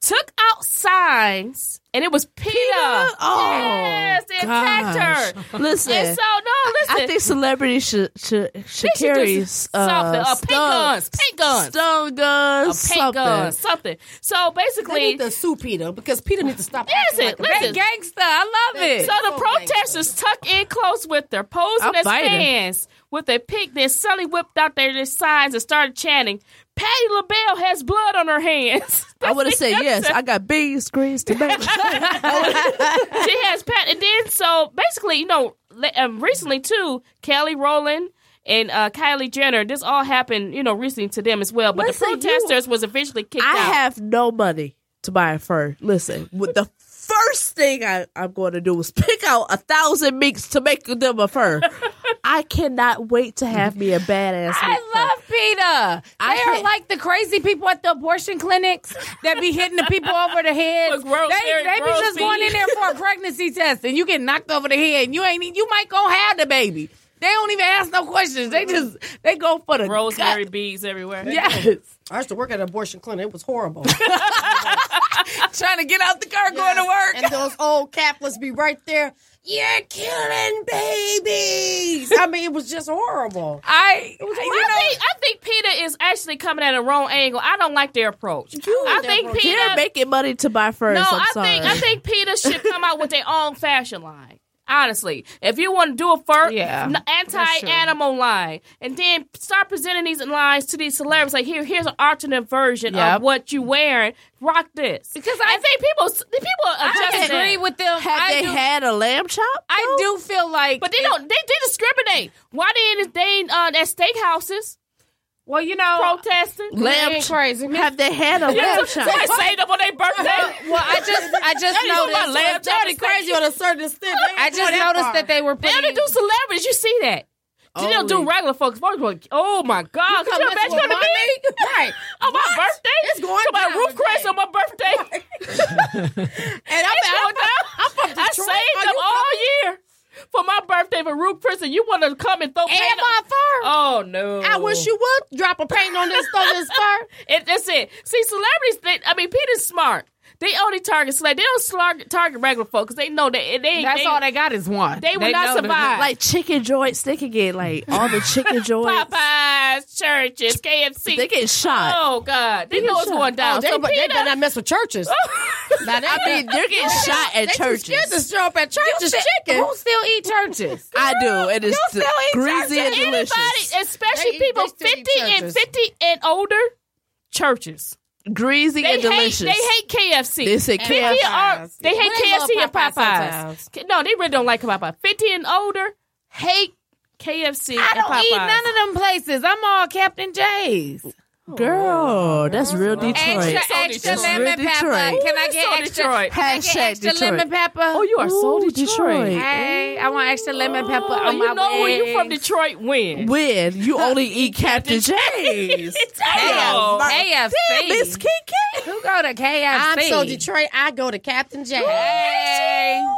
Took out signs, and it was Peter.
Oh,
yes, they attacked her.
*laughs* Listen,
And so no, listen.
I think celebrities should should should
should do
carry
s-
uh,
something. Uh,
stun-
pink guns, pink guns.
stone guns,
paint
something.
gun, something. So
They need
basically,
to sue Peter because Peter needs to stop.
Listen,
acting like a Oh
listen.
baby.
gangster. I love it.
so the protesters tuck in close with their posing
I'm
as
fighting.
fans with a pick. Then suddenly whipped out their, their signs and started chanting, "Patty LaBelle has blood on her hands." *laughs*
I would have said yes.
That's-
I got beans,
*laughs*
greens, tomatoes.
she has Pat, and then so basically, you know, le- um, recently too, Kelly Rowland and uh, Kylie Jenner. This all happened, you know, recently to them as well. But
Listen, you-
the protesters was officially kicked
I
out.
have no money to buy a fur. Listen, with the first thing I, I'm going to do is pick out a thousand minks to make them
*laughs*
a fur. I cannot wait to have me a badass.
I
mink fur.
love PETA. They
I
are
can't-
like the crazy people at the abortion clinics that be hitting the people over the head.
With gross
they
hair and
they be
gross
just going in
feet.
e, there for a pregnancy test and you get knocked over the head and you ain't you might go have the baby. They don't even ask no questions. They just they go for the
Rosemary
gut.
beads everywhere.
Yes,
I used to work at an abortion clinic. It
*laughs*
was horrible.
trying to get out the car, going to work.
And those old Catholics be right there. You're killing babies. I mean, it was just horrible.
I, you know,
I think I think Peter is actually coming at a wrong angle. I don't like their approach. I
their
think
approach.
Peter
They're making money to buy first.
No,
I'm
I
sorry.
think I think Peter
*laughs*
should come out with their own fashion line. Honestly, if you want to do a first
Yeah, that's true.
anti-animal line, and then start presenting these lines to these celebrities, like here, here's an alternate version
Yep.
of what you wearing. Rock this, because I, think people s- the people
I
object to
agree
that.
with them.
Have
I
they
do,
had a lamb chop?
I do feel like,
but they don't. They, they discriminate. Why didn't they uh, at steakhouses
well, you know,
protesting?
Lamb
ain't
chop.
crazy.
Have they had
*laughs*
a
Yeah,
lamb
so-
chop?
so they saved up on their birthday.
Uh-huh. well, I just,
*laughs*
I just noticed.
lamb
They're dirty crazy on a certain extent. They ain't
I just
going that
noticed
far.
that they were
They
putting.
only do celebrities. You see that. They don't do
Only.
regular folks. Folks like, oh my God, could you
mess
imagine
with
going to me? *laughs*
right.
On my birthday?
It's going
To my
down
roof
today.
crash on my birthday.
And I'm,
Going
I'm,
down.
I'm from
I saved
Detroit. Are
them
you
all year for my birthday for roof Chris, and You want to come and throw paint
And my
on-
fur.
Oh no!
I wish you would drop a paint on this on this
*laughs*
fur.
It, that's it. See, celebrities. They, I mean, Peter's smart. They only target celeb. They don't slar- target regular folks. They know that they. they
That's all they got is one.
They will not
know the-
survive.
like chicken joints. They can get like all
*laughs*
the chicken joints.
Popeyes, churches, KFC.
They get shot.
oh God! They know what's
shot.
going down.
Oh, they,
so
but they
Peter,
better not mess with churches. *laughs* now, they,
I mean, they're getting shot at
they
churches.
Too scared to show up at churches chicken.
Who still eat churches?
I do. It is
still eat
greasy and delicious.
Anybody, especially
They eat- they
people
still eat
50 and
churches.
50 and older, churches.
greasy
They
and delicious.
hate they hate KFC.
They say
Fifty and-
Popeyes.
they hate
They love
KFC and
Popeyes
Popeyes.
sometimes.
No, they really don't like Popeyes. 50 and older hate KFC
I
and
don't
Popeyes.
eat none of them places. I'm all Captain J's.
Girl, that's real Detroit.
Extra, extra
Detroit.
lemon
Really
pepper.
Detroit.
Can I
Ooh,
get
so
extra?
Detroit.
Can I get
Hashtag
extra
Detroit.
lemon pepper?
Oh, you are so
Ooh,
Detroit.
Detroit.
Hey, I want extra lemon pepper
Oh,
on my
you know when you from
wings.
Detroit, when?
When you only eat Captain
*laughs*
James.
Damn.
KFC. KFC.
Miss Kiki.
Who go to KFC?
I'm so Detroit. I go to Captain Jack.
Hey.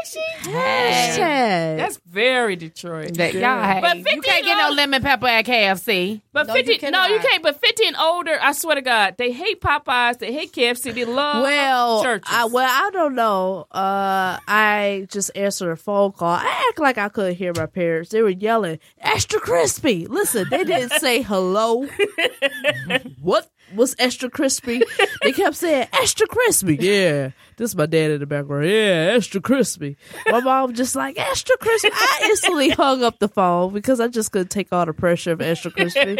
Actually,
Hey.
Hashtag.
that's very Detroit.
That- y'all, hey,
But
you
50
can't get no
dollars-
lemon pepper at KFC.
But
No, you
50, no,
cannot.
you can't. But 50 and older, I swear to God, they hate Popeyes, they hate KFC, they
Uh,
love
Well,
churches.
I, well, I don't know. Uh, I just answered a phone call. I act like I couldn't hear my parents. They were yelling, "Extra crispy!" Listen, they didn't say *laughs* hello. what was extra crispy? They kept saying extra crispy. Yeah, this is my dad in the background. Yeah, extra crispy. My mom just like extra crispy. I instantly hung up the phone because I just couldn't take all the pressure of extra crispy.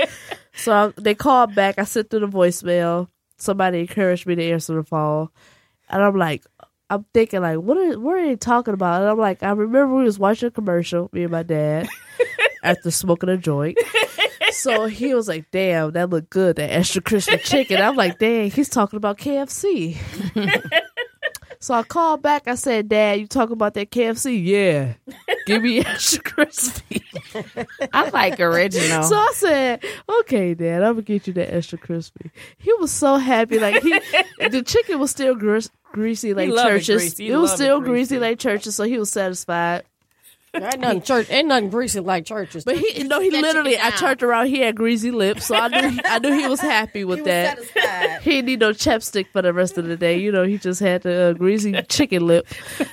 So I- they called back. I sent through the voicemail. Somebody encouraged me to answer the phone, and I'm like, I'm thinking like, what are what are they talking about? And I'm like, I remember we was watching a commercial, me and my dad, after smoking a joint. So he was like, "Damn, that looked good, that extra crispy chicken." I'm like, "Dang, he's talking about KFC." so I called back. I said, "Dad, you talking about that KFC? Yeah, give me *laughs* extra crispy."
I
*laughs*
like original.
So I said, "Okay, Dad, I'm gonna get you that extra crispy." He was so happy. Like he, the chicken was still gris- greasy like
loved it
churches.
greasy. He
It, was
loved it
still
greasy.
greasy. like churches, so he was satisfied.
Ain't nothing church. Ain't nothing greasy like churches.
But he, no, he
That
literally.
chicken
I
now.
turned around. He had greasy lips, so I knew I knew he was happy with
He was
that.
satisfied.
He didn't need no chapstick for the rest of the day. You know, he just had the uh, greasy chicken lip.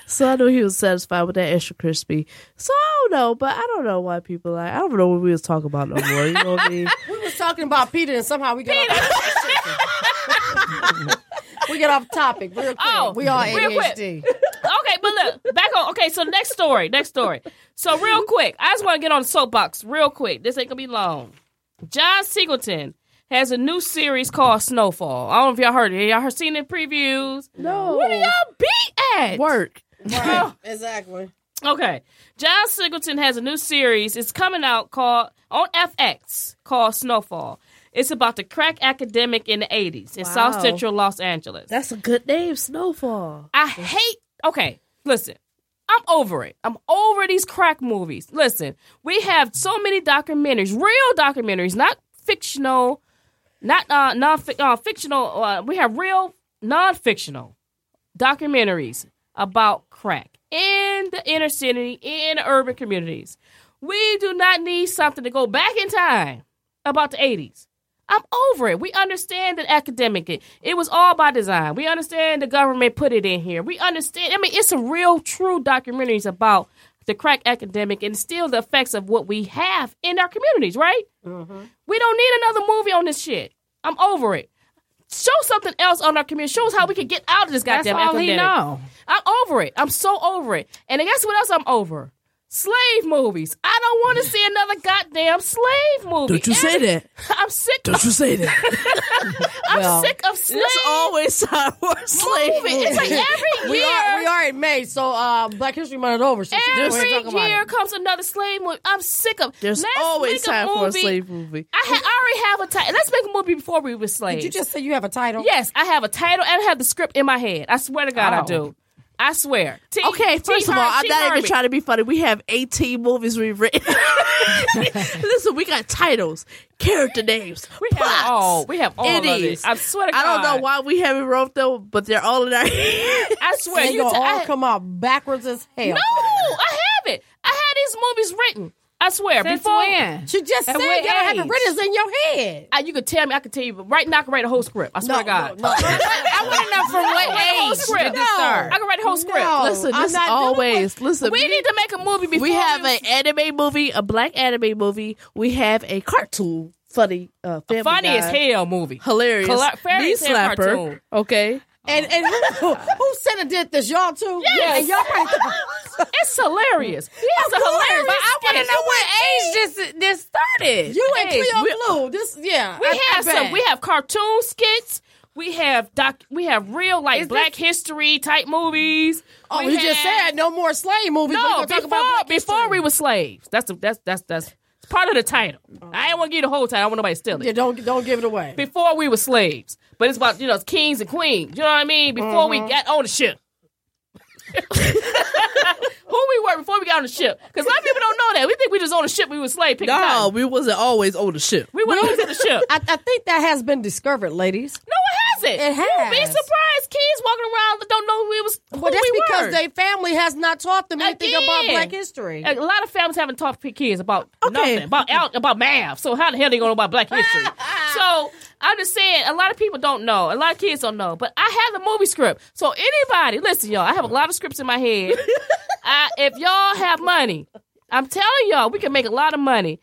So I knew he was satisfied with that extra crispy. So I don't know, but I don't know why people like. I don't know what we was talking about no more. You know what I mean?
We was talking about Peter, and somehow we got off *laughs* topic. we get off topic real quick.
Oh,
we are
real quick.
ADHD.
okay, but look, back on. Okay, so next story, next story. So real quick, I just want to get on the soapbox real quick. This ain't gonna be long. John Singleton has a new series called Snowfall. I don't know if y'all heard it. Y'all heard seen it in previews?
No.
What do y'all be at?
Work.
Right. Exactly.
Okay, John Singleton has a new series. It's coming out called on FX called Snowfall. It's about the crack academic in the '80s in South
Wow.
Central Los Angeles.
That's a good name, Snowfall.
I hate. Okay, listen. I'm over it. I'm over these crack movies. Listen, we have so many documentaries, real documentaries, not fictional, not uh, non uh, fictional. Uh, we have real non fictional documentaries about crack in the inner city, in urban communities. We do not need something to go back in time about the 80s. I'm over it. We understand that academic it, it was all by design. We understand the government put it in here. We understand. I mean, it's some real, true documentaries about the crack academic and still the effects of what we have in our communities. Right?
Mm-hmm.
We don't need another movie on this shit. I'm over it. Show something else on our community. Show us how we can get out of this
That's
goddamn
all
academic.
he know.
I'm over it. I'm so over it. And guess what else I'm over? Slave movies. I don't
*sighs*
want to see another goddamn slave movie.
Don't you say
Every-
that.
*laughs* I'm sick.
Don't you say that.
I'm sick of slave
It's always time for a slave
movies. It's
*laughs*
like every
We
year.
are, we are in May, so uh, Black History Month is over. So she can go ahead and talk
Every
about
year
it.
comes another slave movie. I'm sick of.
There's
Let's
always
make a
time for a
movie.
slave movie.
I, ha- I already have a title. Let's make a movie before we were slaves.
Did you just say you have a title?
Yes, I have a title and I have the script in my head. I swear to God, I do. I swear. T-
Oh. Okay,
T.
first of all,
Har-
I'm
T.
not even
Harvey.
trying to be funny. We have 18 movies we've written. *laughs* Listen, we got titles, character names,
We have
plots.
all. We have all of
it
it.
is.
I swear to God.
I don't know why we haven't wrote them, but they're all
*laughs*
in our head.
I swear.
And
You
you all
t- I,
come out backwards as hell.
no, I have it. I had these movies written. I swear.
Since
before
when?
She just said
At
y'all
what
have
age?
it written it's in your head.
I- you could tell me, I could tell you, but right now I can write a whole script. I swear to God.
No, no, no.
I want to know
*laughs*
from
I can write a whole
what age
script.
did this start?
I can write a whole script.
No.
listen,
I'm
this
not doing
always listen.
We need to make a movie before
we have
we-
an anime movie, a black anime movie. We have a cartoon, funny, uh, family
funny
guy,
as hell movie.
hilarious,
Colla- fairy
knee
tale
slapper.
cartoon.
Okay,
and and who, who said it did this? Y'all too?
Yes.
And y'all
*laughs*
probably
It's hilarious. It's a hilarious.
But I want to
skit.
know what age this this started.
you and
Hey,
Cleo Blue. This yeah.
We
I- I
have
bet.
some. We have cartoon skits. We have doc. We have real like Black History type movies.
Oh,
we
you just
have-
said no more slave movies. but
No,
we gonna
before
talk about Black
before
history.
we were slaves. That's the, that's that's that's it's part of the title. I don't want to give you the whole title. I don't want nobody to steal it.
Yeah, don't don't give it away.
Before we were slaves, but it's about you know kings and queens. You know what I mean? Before
Mm-hmm.
we got on the ship. *laughs* Who we were before we got on the ship? Because a lot of people don't know that. We think we just on the ship. We were slave picking
no,
cotton.
we wasn't always on the ship.
We went on the ship.
*laughs* I, I think that has been discovered, ladies.
No, it hasn't.
It
You'd be
has.
surprised. Kids walking around that don't know who we was. Who
Well, that's
we
because
were.
their family has not taught them anything about
Again.
Black history.
A lot of families haven't taught kids about nothing about out about math. So how the hell they gonna know about Black
*laughs*
history? so I'm just saying, a lot of people don't know. A lot of kids don't know. But I have the movie script. So anybody, listen, y'all. I have a lot of scripts in my
*laughs*
head. I, if y'all have money, I'm telling y'all, we can make a lot of money.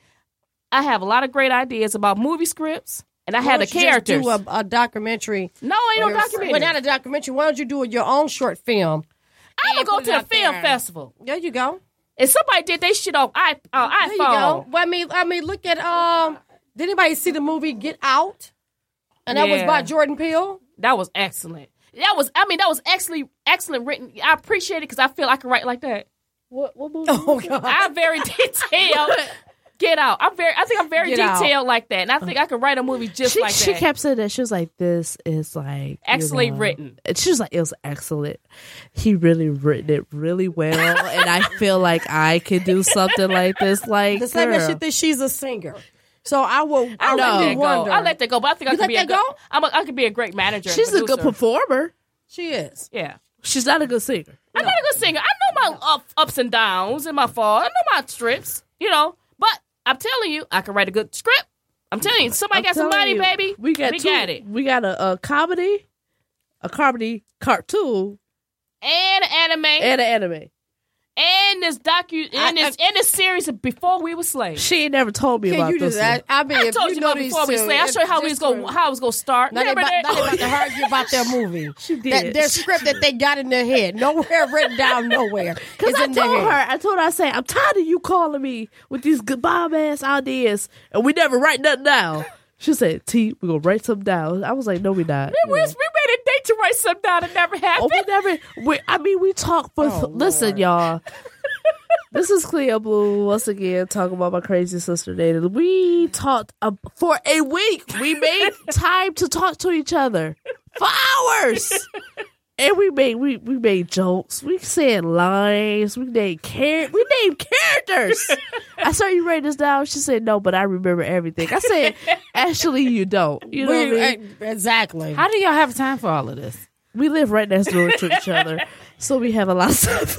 I have a lot of great ideas about movie scripts, and I
Why
have the
don't you just
characters.
do a, a documentary.
no, ain't no
Well,
documentary.
not a documentary. Why don't you do your own short film?
I'm gonna
and
go
put
to
it
the
out
film
there.
festival.
There you go.
And somebody did they shit off i uh, iPhone.
There you go. Well, I mean, I mean, look at um. Did anybody see the movie Get Out? And that was
Yeah.
by Jordan Peele.
That was excellent. That was I mean that was excellent excellent written. I appreciate it because I feel I can write like that. What what movie?
Oh God.
*laughs*
I'm very detailed. Get out. I'm very I think I'm very
Get Out.
detailed like that. And I think I could write a movie just
She,
like
she
that.
kept saying that she was like, "This is like you
Excellently
know."
written.
And She was like, "It was excellent. He really written it really well, and I feel like I could do something like this." Like
The same as
girl.
she thinks she's a singer. So I will. I,
I let
really
that go.
wonder.
I let that go, but I think I
You
could
let
be a
that
good,
go?
I'm a, I could be a great manager. and
She's a good
producer.
performer.
She is.
Yeah.
She's not a good singer.
I'm not a good singer. I know my up, ups and downs and my falls. I know my strips, you know. But I'm telling you, I can write a good script. I'm telling you, somebody
I'm
got some money,
telling you,
baby.
We got
we
two-
got it.
We got a, a comedy, a comedy cartoon,
And anime, and,
and an anime.
this docu, and this and this series of before we were slaves.
She ain't never told me
Can
about
you do
this.
that? I mean,
I
if
told
you
you
know
about
these
before we were
two,
slaves. I
if
showed you how we was
just
going,
true.
how it was going to start.
Now they
Remember
about,
that?
now they about to argue
*laughs*
about their movie. She
did.
That, their script that they got in their head. Nowhere *laughs* written down, nowhere.
Because
It's
I
in their
told
head.
her, I told her, I say, I'm tired of you calling me with these good bomb ass ideas, and we never write nothing down. She said, T, we're going to write something down. I was like, no, we not.
we, we made a date to write something down and never
Oh,
happened.
we never. We, I mean, we talk for. listen, y'all. This is Cleo Blue once again talking about my crazy sister Dana. We talked uh, for a week. We made time to talk to each other for hours, and we made we, we made jokes. We said lines. We named char- We named characters. I saw you write this down. She said no, but I remember everything. I said, actually, you don't. You know what I mean?
We- Exactly.
How do y'all have time for all of this?
We live right next door to each other, so we have a lot of.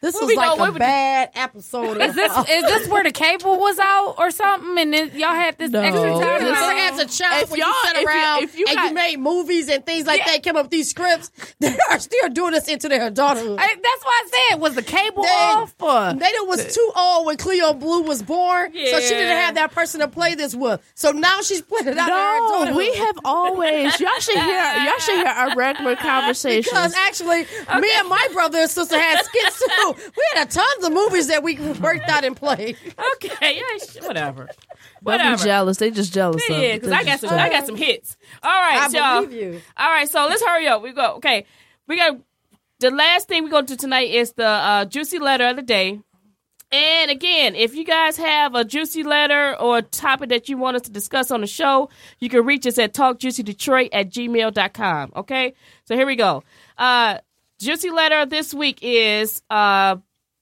This
Well,
is
we know
like
what
a
would-
bad episode.
Is
*laughs*
this is this where the cable was out or something, and then y'all had this
No.
extra time?
remember
Listen,
as a child
if
when you
y'all- if
sat
you-
around
if you
and
got-
you made movies and things like that, came up with these scripts. *laughs* They are still doing this into their adulthood.
I- that's why I said was the cable
They-
off
Uh,
or
They done was too old when Cleo Blue was born, so she didn't
Yeah.
have that person to play this with. So now she's playing it out to her
No,
adulthood.
Oh, we
*laughs*
have always. Y'all should hear. Y'all should
*laughs*
hear our regular conversations.
Because actually, me and my brother and sister had skits too. We had a tons of movies that we worked out and played.
Okay, yeah, sh- whatever.
Don't
Whatever.
be jealous. They just jealous. of
Yeah,
it.
because
They
I got
just
some.
jealous.
I got some hits. All right,
I
y'all.
believe you.
All right, so let's hurry up. We go. Okay, we got the last thing we're gonna do tonight is the uh, juicy letter of the day. And again, if you guys have a juicy letter or a topic that you want us to discuss on the show, you can reach us at talkjuicydetroit at gmail.com. Okay? So here we go. Uh, juicy letter this week is uh,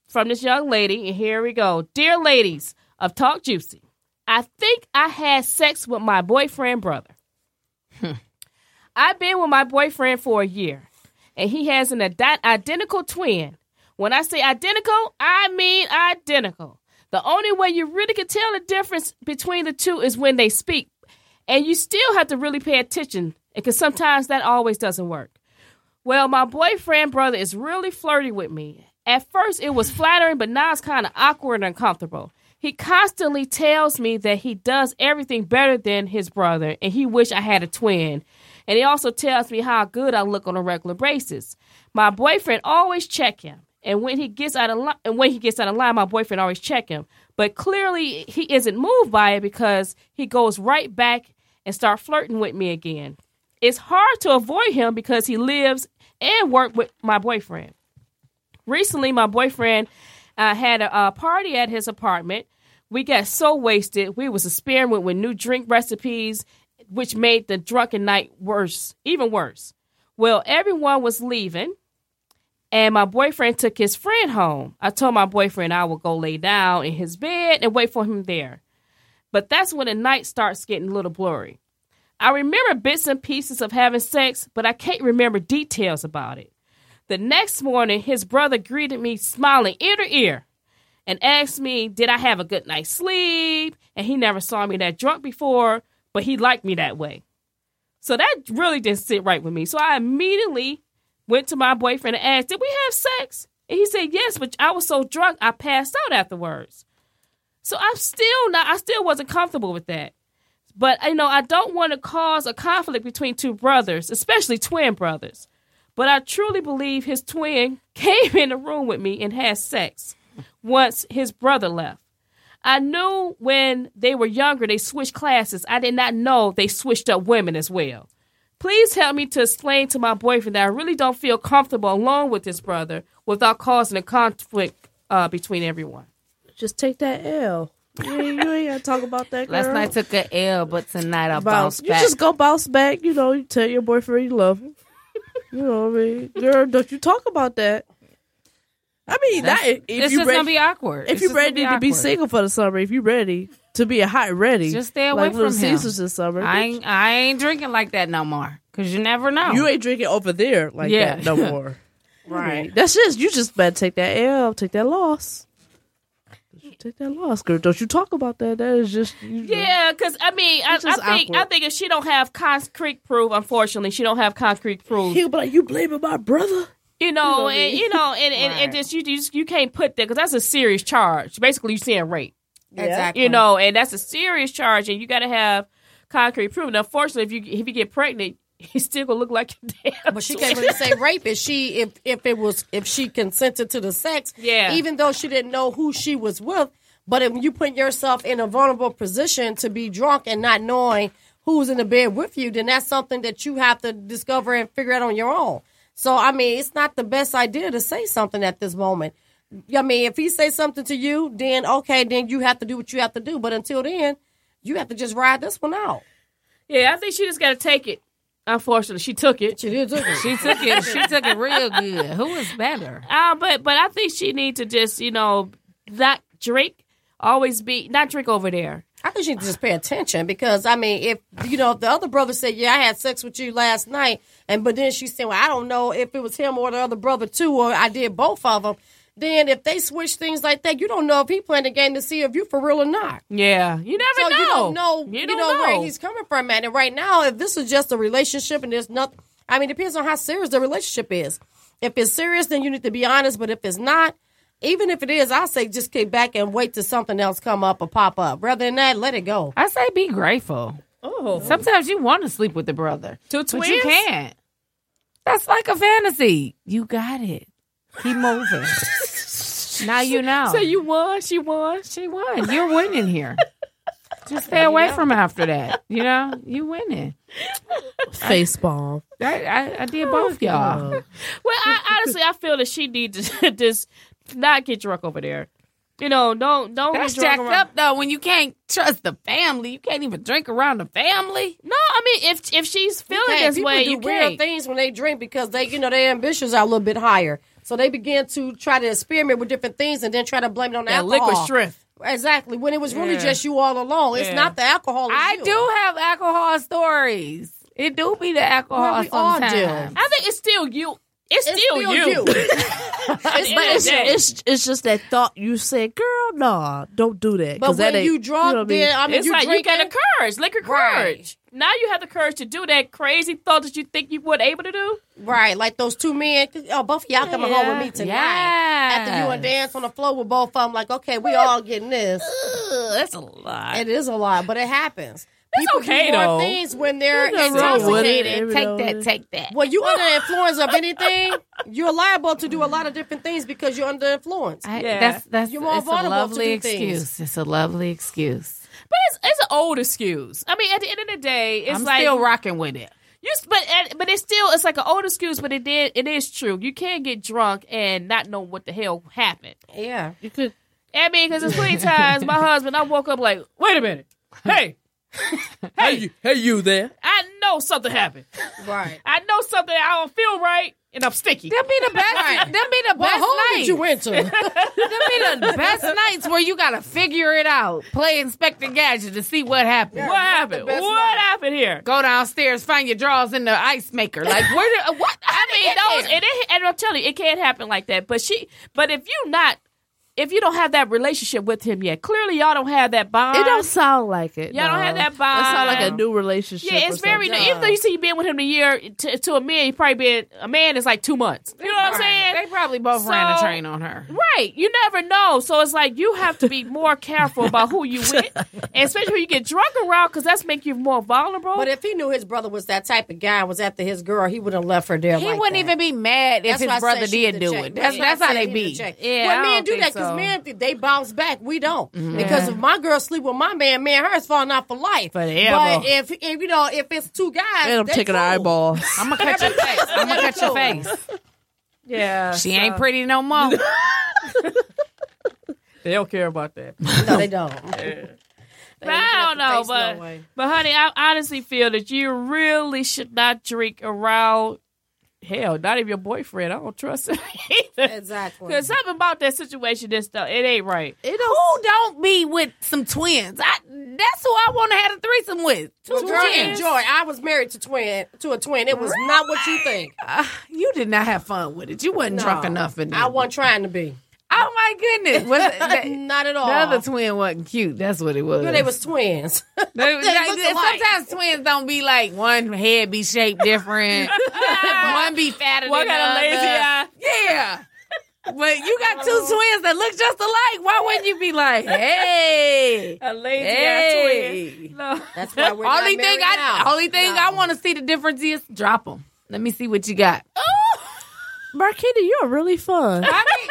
from this young lady. And here we go. Dear ladies of Talk Juicy, I think I had sex with my boyfriend brother. I've been with my boyfriend for a year, and he has an adi- identical twin. When I say identical, I mean identical. The only way you really can tell the difference between the two is when they speak, and you still have to really pay attention because sometimes that always doesn't work. Well, my boyfriend brother is really flirty with me. At first, it was flattering, but now it's kind of awkward and uncomfortable. He constantly tells me that he does everything better than his brother, and he wish I had a twin. And he also tells me how good I look on a regular basis. My boyfriend always check him, and when he gets out of line, and when he gets out of line, my boyfriend always check him. But clearly, he isn't moved by it because he goes right back and start flirting with me again. It's hard to avoid him because he lives and work with my boyfriend. Recently, my boyfriend uh, had a, a party at his apartment. We got so wasted. We was experimenting with new drink recipes, which made the drunken night worse, even worse. Well, everyone was leaving, and my boyfriend took his friend home. I told my boyfriend I would go lay down in his bed and wait for him there. But that's when the night starts getting a little blurry. I remember bits and pieces of having sex, but I can't remember details about it. The next morning, his brother greeted me smiling ear to ear and asked me, Did I have a good night's sleep? And he never saw me that drunk before, but he liked me that way. So that really didn't sit right with me. So I immediately went to my boyfriend and asked, Did we have sex? And he said, Yes, but I was so drunk, I passed out afterwards. So I'm still not, I still wasn't comfortable with that. But, you know, I don't want to cause a conflict between two brothers, especially twin brothers but I truly believe his twin *laughs* came in the room with me and had sex once his brother left. I knew when they were younger they switched classes. I did not know they switched up women as well. Please help me to explain to my boyfriend that I really don't feel comfortable alone with this brother without causing a conflict uh, between everyone.
Just take that L. You ain't, you ain't gotta talk about that. Girl.
Last night took a L, but tonight I
bounce.
bounced
You
back.
just go bounce back. You know, you tell your boyfriend you love him. You know what I mean, girl? Don't you talk about that? I mean, that if
this
you
is
ready,
gonna be awkward.
if
It's
you
just gonna
ready to be
awkward.
single for the summer, if you ready to be a hot ready,
Just stay away
like Little
from him.
Caesars this summer.
I
bitch.
ain't, I ain't drinking like that no more. Cause you never know.
you ain't drinking over there like
Yeah.
that *laughs* no more.
Right.
That's just you. Just better take that L, take that loss. You Take that loss, girl. Don't you talk about that? That is just you know.
Yeah, because I mean, I, I
It's just
think I
awkward.
think if she don't have concrete proof, unfortunately, she don't have concrete proof.
He'll be like, "You blaming my brother."
you know, and you know, and and, and
Right.
just you you just you can't put that because that's a serious charge. Basically, you're saying rape,
Exactly.
you know, and that's a serious charge, and you got to have concrete proof. And unfortunately, if you if you get pregnant, *laughs* he's still gonna look like your damn.
But she can't really say rape if she if if it was if she consented to the sex.
Yeah.
Even though she didn't know who she was with, but if you put yourself in a vulnerable position to be drunk and not knowing who's in the bed with you, then that's something that you have to discover and figure out on your own. So I mean, it's not the best idea to say something at this moment. I mean, if he says something to you, then okay, then you have to do what you have to do. But until then, you have to just ride this one out.
*laughs* Yeah, I think she just got to take it. Unfortunately, she took it.
She did do it.
she took it. She took it real good. Who is better?
Uh, but but I think she need to just you know not drink, always be not drink over there.
I think she needs to just pay attention because I mean, if you know, if the other brother said, "Yeah, I had sex with you last night," and but then she said, "Well, I don't know if it was him or the other brother too, or I did both of them," then if they switch things like that, you don't know if he playing the game to see if you for real or not.
Yeah, you never
So
know.
you don't know,
You
you,
don't
know, where
know.
he's coming from, man. And right now, if this is just a relationship and there's nothing, I mean, it depends on how serious the relationship is. If it's serious, then you need to be honest. But if it's not, even if it is, I say just kick back and wait till something else come up or pop up. Rather than that, let it go.
I say be grateful.
Oh,
Sometimes you want to sleep with the brother,
two
but
twins.
you can't. That's like a fantasy. You got it. Keep moving. now you know.
So you won. She won.
She won. You're winning
*laughs*
here. Just stay away from after that. You know, you winning.
Face bomb.
I, I, I did both y'all.
*laughs* Well, I, honestly, I feel that she need to *laughs* just not get drunk over there. You know, don't don't
That's
get drunk
jacked
around-
up though. When you can't trust the family, you can't even drink around the family.
No, I mean if if she's feeling
Hey,
this
people
way,
do
you
weird
can't.
things when they drink because they, you know, their ambitions are a little bit higher. So they begin to try to experiment with different things and then try to blame it on the
That
alcohol.
liquid strength.
Exactly. When it was really
Yeah.
just you all alone. It's
Yeah.
not the alcohol. it's
I
you.
do have alcohol stories. It do be the alcohol
Well, we all do.
sometimes.
I think it's still you. It's,
It's
still, *laughs* you.
It's-
Yeah,
But it's,
yeah.
it's it's just that thought you said, girl, nah, don't do that.
But
'cause that
when
ain't-
you drunk,
know what I mean?
then I mean,
It's
you
like
drinking,
you got the courage, liquor
Right.
courage. Now you have the courage to do that crazy thought that you think you weren't able to do.
right? Like those two men. 'cause, Oh, both of y'all coming home with me tonight. After you and dance on the floor with both of them, like, okay, we all getting this.
Ugh, that's a lot.
It is a lot, but it happens. It's People
okay,
do more
though.
things when they're
Nothing wrong with it.
intoxicated.
Take that, take that.
When you under the influence of anything, you're liable to do a lot of different things because you're under influence.
I,
Yeah.
That's that's
You're more
it's a
vulnerable to
lovely
do things.
excuse. It's a lovely excuse.
But it's, it's an old excuse. I mean, at the end of the day, it's
I'm
like
still rocking with it.
You, s- but and- but it's still it's like an old excuse, but it did it is true. You can't get drunk and not know what the hell happened.
Yeah.
*laughs*
you could
I mean, because there's plenty of times my husband, I woke up like, wait a minute, hey,
hey you, hey you there.
I know something happened.
Right.
I know something. I don't feel right, and I'm sticky.
Them be the best. them be the
What
best
home
nights.
did you
*laughs*
went to?
them be
*laughs*
the best nights where you gotta figure it out. Play Inspector Gadget to see what happened.
What happened?
best
What
night.
happened here?
Go downstairs, find your drawers in the ice maker.
*laughs*
Like where? Did, what?
I mean,
How
those
did it get
and, it, and I'm telling you, it can't happen like that. But she, but if you not, if you don't have that relationship with him yet, clearly y'all don't have that bond.
It don't sound like it.
Y'all don't
no.
have that
That sound like a
vibe.
new relationship.
Yeah,
or
it's very.
something.
Even though you see you been with him a year, to, to a man, you probably been a man is like two months. You know what I'm
there?
saying?
They probably both ran a
So-
train on her.
Right. You never know. So it's like you have to be more careful about who you
*laughs*
with, and especially when you get drunk around, because that's make you more vulnerable.
but if he knew his brother was that type of guy and was after his girl, he would have left her there.
He
like
wouldn't
that.
even be mad if
That's why I
his
said
brother
she need
did
to
do
check.
it. That's
why I
that's how
said
they
she need
be.
to check.
Yeah, I
well, men
don't
do
think
that because
so.
men they bounce back. We don't
Mm-hmm.
because if my girl sleep with my man, man, hers falling out for life.
Forever.
But if, if you know if it's two guys,
and I'm
they
taking an
cool.
*laughs*
eyeball.
I'm gonna cut your face. *laughs* I'm gonna cut your face.
yeah,
She ain't pretty
*laughs*
no more.
They don't care about that.
No, they don't.
But I don't know,
Face no
but
way.
but honey, I honestly feel that you really should not drink around. Hell, not even your boyfriend. I don't trust him *laughs* either.
exactly.
Because something about that situation, this stuff, it ain't right.
It who don't be with some twins? I, that's who I want to have a threesome with. Two
Well, girl,
twins.
enjoy. I was married to twin to a twin. It was not what you think.
You did not have fun with it. You wasn't drunk enough in
I
that.
wasn't trying to be.
oh my goodness! Was it, that, *laughs* the
Not at all.
other twin wasn't cute. That's what it was.
Girl, they was twins.
They- they-
looked alike.
sometimes twins don't be like one head be shaped different, *laughs* one be fatter
What
than
kind of
the
lazy
other.
eye?
Yeah. But you got *laughs* two twins that look just alike. Why wouldn't you be like, hey?
A lazy
Hey.
eye twin. No.
That's why we're not
only thing
married
I
now.
only thing I want to see the difference is drop them. Let me see what you got.
Marquita, you're really fun.
I mean,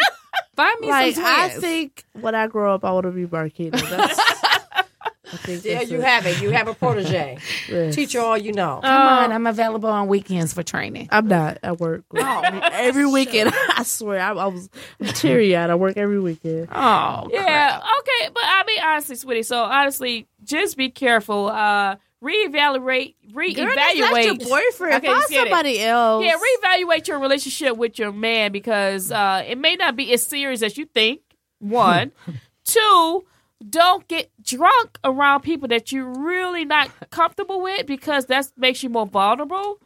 find me
like
some
I
twins.
think when I grow up, I want to be Marquita. That's, *laughs* I think
There
that's
you
it.
have it. You have a protege.
Yes.
Teach her all
*laughs*
you know.
Come on, I'm available on weekends for training.
I'm not at work. every weekend, *laughs* I swear, I, I was teary eyed. I work every weekend.
*laughs*
Oh,
Yeah, okay, but I mean honestly, sweetie. So honestly, just be careful. Uh, reevaluate, reevaluate.
boyfriend.
Okay,
Find
just get it.
somebody else.
yeah, reevaluate your relationship with your man because uh, it may not be as serious as you think. *laughs* One, two. Don't get drunk around people that you're really not comfortable with because that makes you more vulnerable.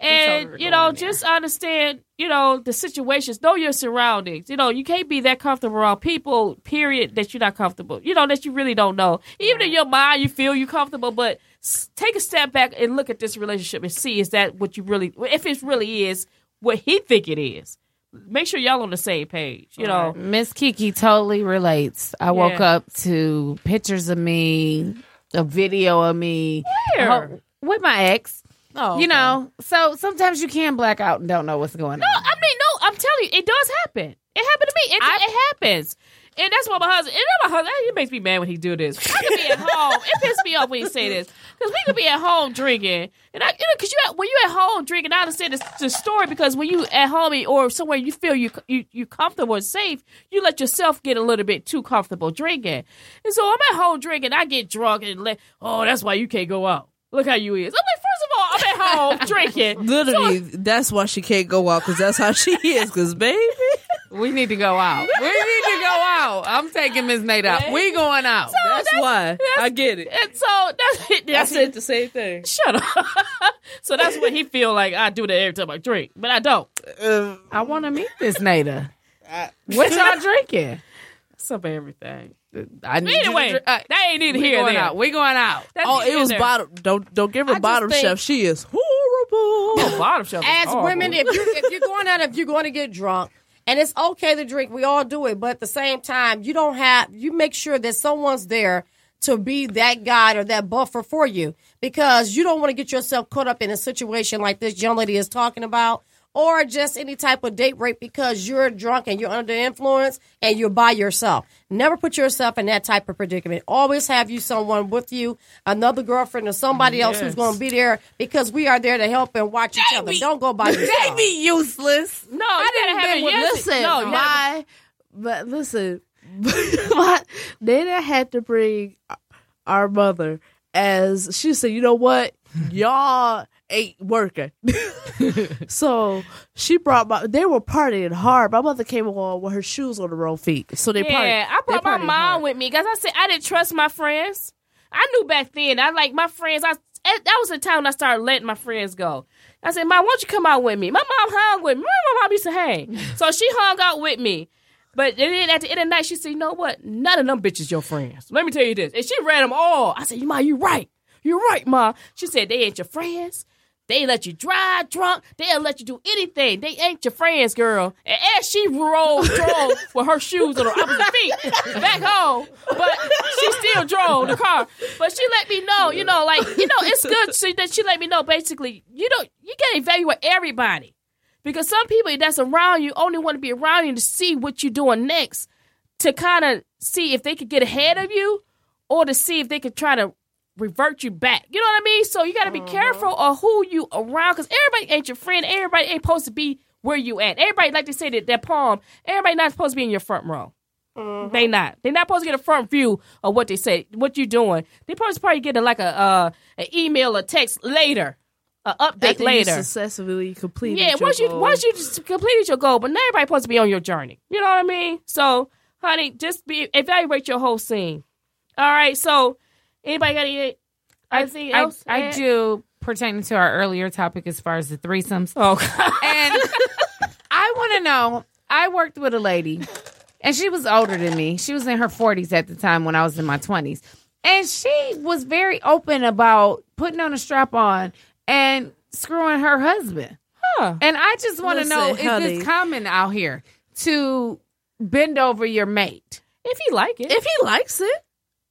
and
her
you
going
know
there.
just understand you know the situations know your surroundings you know you can't be that comfortable around people period that you're not comfortable you know that you really don't know even in your mind you feel you're comfortable but s- take a step back and look at this relationship and see is that what you really if it really is what he think it is make sure y'all on the same page you know
Miss Kiki totally relates. I woke
Yeah.
up to pictures of me, a video of me
Where?
Oh, with my ex.
Oh,
You know, so sometimes you can black out and don't know what's going on.
I mean, no, I'm telling you, it does happen. It happened to me. It, it happens. And that's why my husband, and then my husband, he makes me mad when he do this. I could be at home. It pisses me off when he say this. Because we could be at home drinking. And I, you know, because you at- when you at home drinking, I understand this, the story because when you at home or somewhere you feel you, you, you comfortable and safe, you let yourself get a little bit too comfortable drinking. And so I'm at home drinking, I get drunk and let, oh, that's why you can't go out. Look how you is. I'm like, first of all, I'm at home drinking.
Literally, that's why she can't go out because that's how she *laughs* is. Because baby,
We need to go out. we need to go out. I'm taking Miss Nate out. We going out.
that's, why I get it.
And so that's it.
I
That's
said
it.
the same thing.
Shut up. *laughs* so that's what he feel like I do that every time I drink, but I don't.
I want to meet this Nada. What y'all drinking?
It's up everything.
I need you to
Anyway,
drink- uh,
that ain't even
we
here.
going
There.
out. We going out.
That's
Oh,
neither
it was
here nor there.
bottom. Don't don't give her
just
bottom
think-
chef. She is horrible.
Oh, bottom shelf. is
as
horrible.
women, if you if you're going out, if you're going to get drunk, and it's okay to drink, we all do it. But at the same time, you don't have you make sure that someone's there to be that guide or that buffer for you because you don't want to get yourself caught up in a situation like this young lady is talking about. Or just any type of date rape because you're drunk and you're under the influence and you're by yourself. Never put yourself in that type of predicament. Always have you someone with you, another girlfriend or somebody else who's going to be there because we are there to help and watch each other. Don't go by yourself.
be useless.
no, I didn't have it. Yes,
listen,
no,
no,
never.
my, but listen, *laughs* my, Nana had to bring our mother as she said, you know what, y'all ain't working. *laughs* so she brought my. They were partying hard. My mother came along with her shoes on the wrong feet, so they
Yeah,
partied.
I brought
they
my
partied
mom
hard.
with me because I said I didn't trust my friends. I knew back then. I like my friends. I eh, that was the time when I started letting my friends go. I said, "Mom, why don't you come out with me?" My mom hung with me. My mom used to hang, so she hung out with me. But then at the end of the night, she said, "You know what? None of them bitches your friends. Let me tell you this." And she ran them all. I said, "You ma, you right. You're right, ma." She said, "They ain't your friends." They let you drive drunk. They'll let you do anything. They ain't your friends, girl. And as she rolled, drove with her shoes on her opposite feet back home, but she still drove the car. But she let me know, you know, like you know, it's good she, that she let me know. Basically, you don't you can't evaluate everybody because some people that's around you only want to be around you to see what you're doing next to kind of see if they could get ahead of you or to see if they could try to revert you back. You know what I mean? So you got to be careful of who you around because everybody ain't your friend. Everybody ain't supposed to be where you at. Everybody like to say that that poem. Everybody not supposed to be in your front row. They not. They not supposed to get a front view of what they say, what you doing. They supposed to probably get a, like a uh, an email or text later, an update
After you
later.
successfully completed.
Yeah,
your
once you
goal.
once you just completed your goal, but not everybody supposed to be on your journey. You know what I mean? So, honey, just be evaluate your whole scene. All right. So, anybody got any anything
I,
else?
I
Ed?
do pertaining to our earlier topic as far as the threesomes.
Oh, God.
And I want to know. I worked with a lady, and she was older than me. She was in her forties at the time when I was in my twenties, and she was very open about putting on a strap on and screwing her husband.
Huh.
And I just want to
Listen,
know: is
honey.
this common out here to bend over your mate?
*laughs* if you like it,
if he likes it,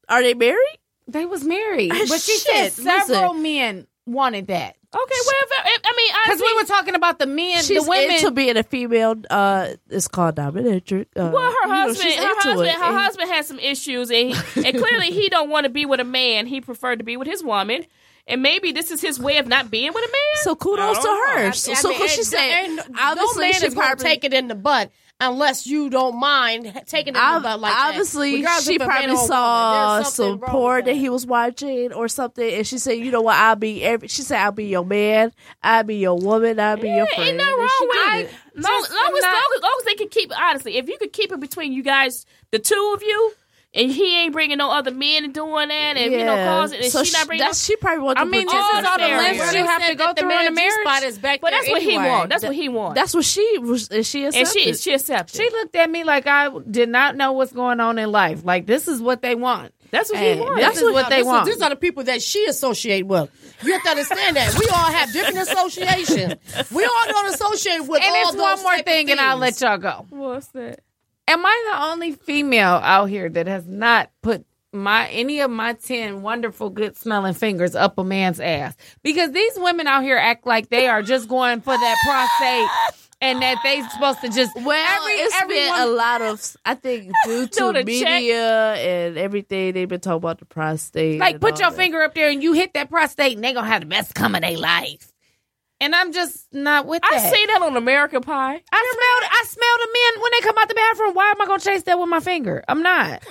are they married?
They was married,
*laughs*
but she said
Shit,
several
listen.
men wanted that.
okay. Well, if, if- I mean, I
Because we were talking about the men,
She's
the women.
into being a female. Uh, it's called dominatrix. Uh,
Well, her
you know,
husband,
she's
her
into
husband,
it.
her
And-
husband has some issues, and, he,
*laughs*
and clearly he don't want to be with a man. He preferred to be with his woman, and maybe this is his way of not being with a man.
So kudos to her. so so
mean,
'cause she
and-
said,
and
obviously
no man
she
is going to
probably-
take it in the butt unless you don't mind ha- taking it in the
ob-
butt like that.
obviously
Regardless
she
if a man or
probably
a woman,
saw
there's something
some
wrong
porn
with
that he was watching or something, and she said, "You know what? I'll be every." She said, "I'll be your man. I'll be your woman. I'll be your friend."
Ain't nothing
And
wrong
she
with it.
did it.
Long,
Just
long, as,
not-
long, as, long as they can keep honestly, if you could keep it between you guys, the two of you, and he ain't bringing no other men and doing that, and you know, causing, and
so
she
she,
not bringing.
that's, she probably wanted
I
to
mean, this
all
is all the
scenarios.
lengths you
She
have to
said
go
that the
through in a
man
marriage.
G-spot is back
but
there
that's what he
anyway.
want. That's what he want.
That's what she was. And she
and
accepted.
she she accepted.
She looked at me like I did not know what's going on in life. Like this is what they want.
that's what
Hey,
he want.
that's
This is
what they
this is-
want.
these are the people that she associate with. You have to understand that we all have different associations. We all don't associate with
And
all
it's
those
one more
type of
thing, and I'll
things.
let y'all go.
What's that?
Am I the only female out here that has not put my any of my ten wonderful, good smelling fingers up a man's ass? Because these women out here act like they are just going for that prostate. And that they supposed to just
Well,
every,
it's
every
been
woman-
a lot of,
*laughs*
I think,
Do
due to
the check.
media and everything, they've been talking about the prostate.
Like
and
put
all
your
that.
finger up there and you hit that prostate and they gonna have the best come of their life. And I'm just not with
I
that.
see that on American Pie.
I smelled I smell the men when they come out the bathroom. Why am I gonna chase that with my finger? I'm not.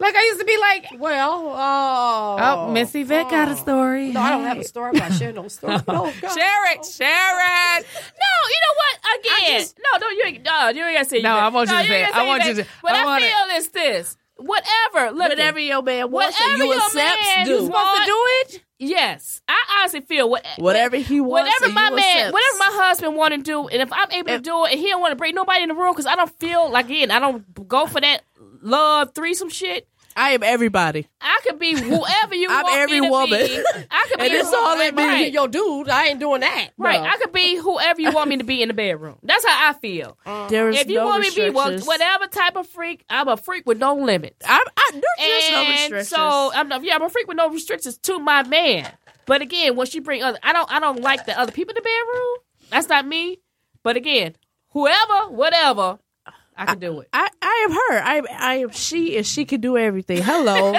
like I used to be like,
Well, oh,
Oh, Miss Yvette got a story.
No, I don't have a story. I'm not sharing no story. No, God.
Share it, share it.
No, you know what? Again, no, no, you ain't, no, you ain't gotta say.
No,
that.
I want you
No,
to say
ain't
it.
gotta
I want
that.
you to-
What
I
I,
want it.
feel is this: whatever, look,
Whatever your man wants, and
Whatever
you
your
accept,
man
do.
wants.
Supposed to do it?
Yes, I honestly feel what,
Whatever he wants,
whatever
and
my
you
man,
accepts.
whatever my husband want to do, and if I'm able to do it, and he don't want to bring nobody in the room because I don't feel like again, I don't go for that love threesome shit.
I am everybody.
I could be whoever you
*laughs* I'm
want me
every
to
woman.
be. I could
*laughs* And
be
it's all that
But
Right.
you your dude, I ain't doing that.
Right,
No.
I could be whoever you want me to be in the bedroom. That's how I feel.
Uh-uh.
There is
if you
Um, no
want me to be well,
restrictions.
whatever type of freak, I'm a freak with no limits.
I'm, I, there's just no
And
restrictions.
so I'm not- yeah, I'm a freak with no restrictions to my man. But again, once you bring other, I don't I don't like the other people in the bedroom. That's not me. But again, whoever, whatever, I can do it.
I, I am her. I am, I am she, and she can do everything.
*laughs*
Hello.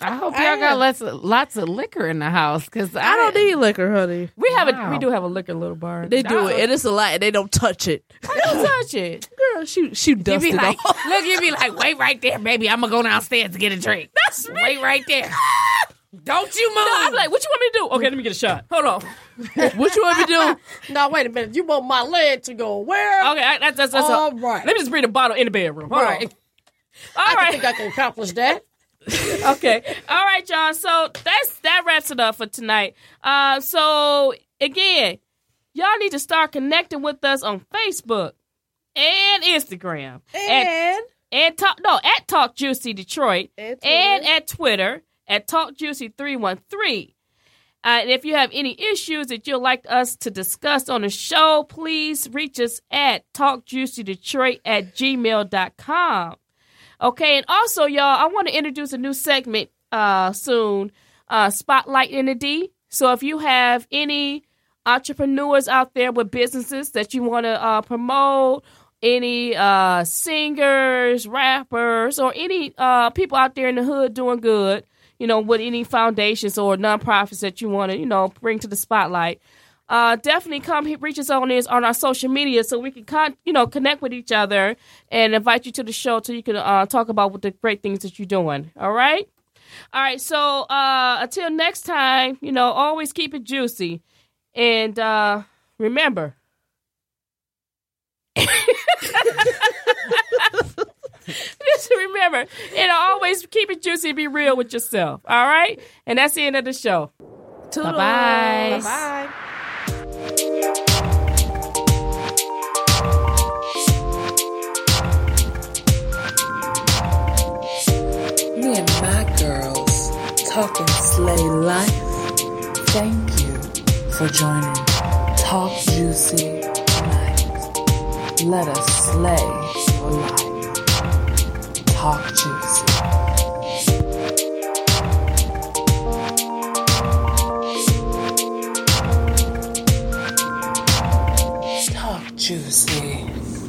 I hope y'all got lots of, lots of liquor in the house because I,
I don't
didn't-
need liquor, honey.
We have a
Wow.
we do have a liquor little bar.
They do it, and it's a lot, and they don't touch it.
Don't touch *laughs* it.
Girl, she she
You
dusted
be like,
off.
look, you be like, wait right there, baby. I'm gonna go downstairs to get
*laughs*
a drink. That's me. Wait right there. Don't you move.
No, I'm like, what you want me to do? Okay, let me get a shot. Hold on. Okay,
What you want me to do?
No, wait a minute. You want my leg to go where?
I, that's Oh, that's that's
All
a-
right.
Let me just bring the bottle in the bedroom. Hold
All
on.
*laughs* right.
All
I
right.
think I can accomplish that.
okay. All right, y'all. So that's that wraps it up for tonight. Uh, so again, y'all need to start connecting with us on Facebook and Instagram
And
and talk no at Talk Juicy Detroit
And Twitter.
and at Twitter at Talk Juicy three one three. Uh, and if you have any issues that you'd like us to discuss on the show, please reach us at talkjuicydetroit at gmail.com. Okay, and also, y'all, I want to introduce a new segment uh, soon uh, Spotlight in the D. So if you have any entrepreneurs out there with businesses that you want to uh, promote, any uh, singers, rappers, or any uh, people out there in the hood doing good, you know, with any foundations or nonprofits that you want to, you know, bring to the spotlight, uh, definitely come hit, reach us on this on our social media so we can con- you know connect with each other and invite you to the show so you can uh, talk about what the great things that you're doing. All right. All right, so uh, until next time, you know, always keep it juicy. And uh, remember, *laughs* just remember, and always keep it juicy and be real with yourself. All right? And that's the end of the show.
bye bye.
bye.
Me and my girls talking slay life. Thank you for joining Talk Juicy tonight. Let us slay your life. Talk Juicy. Talk Juicy.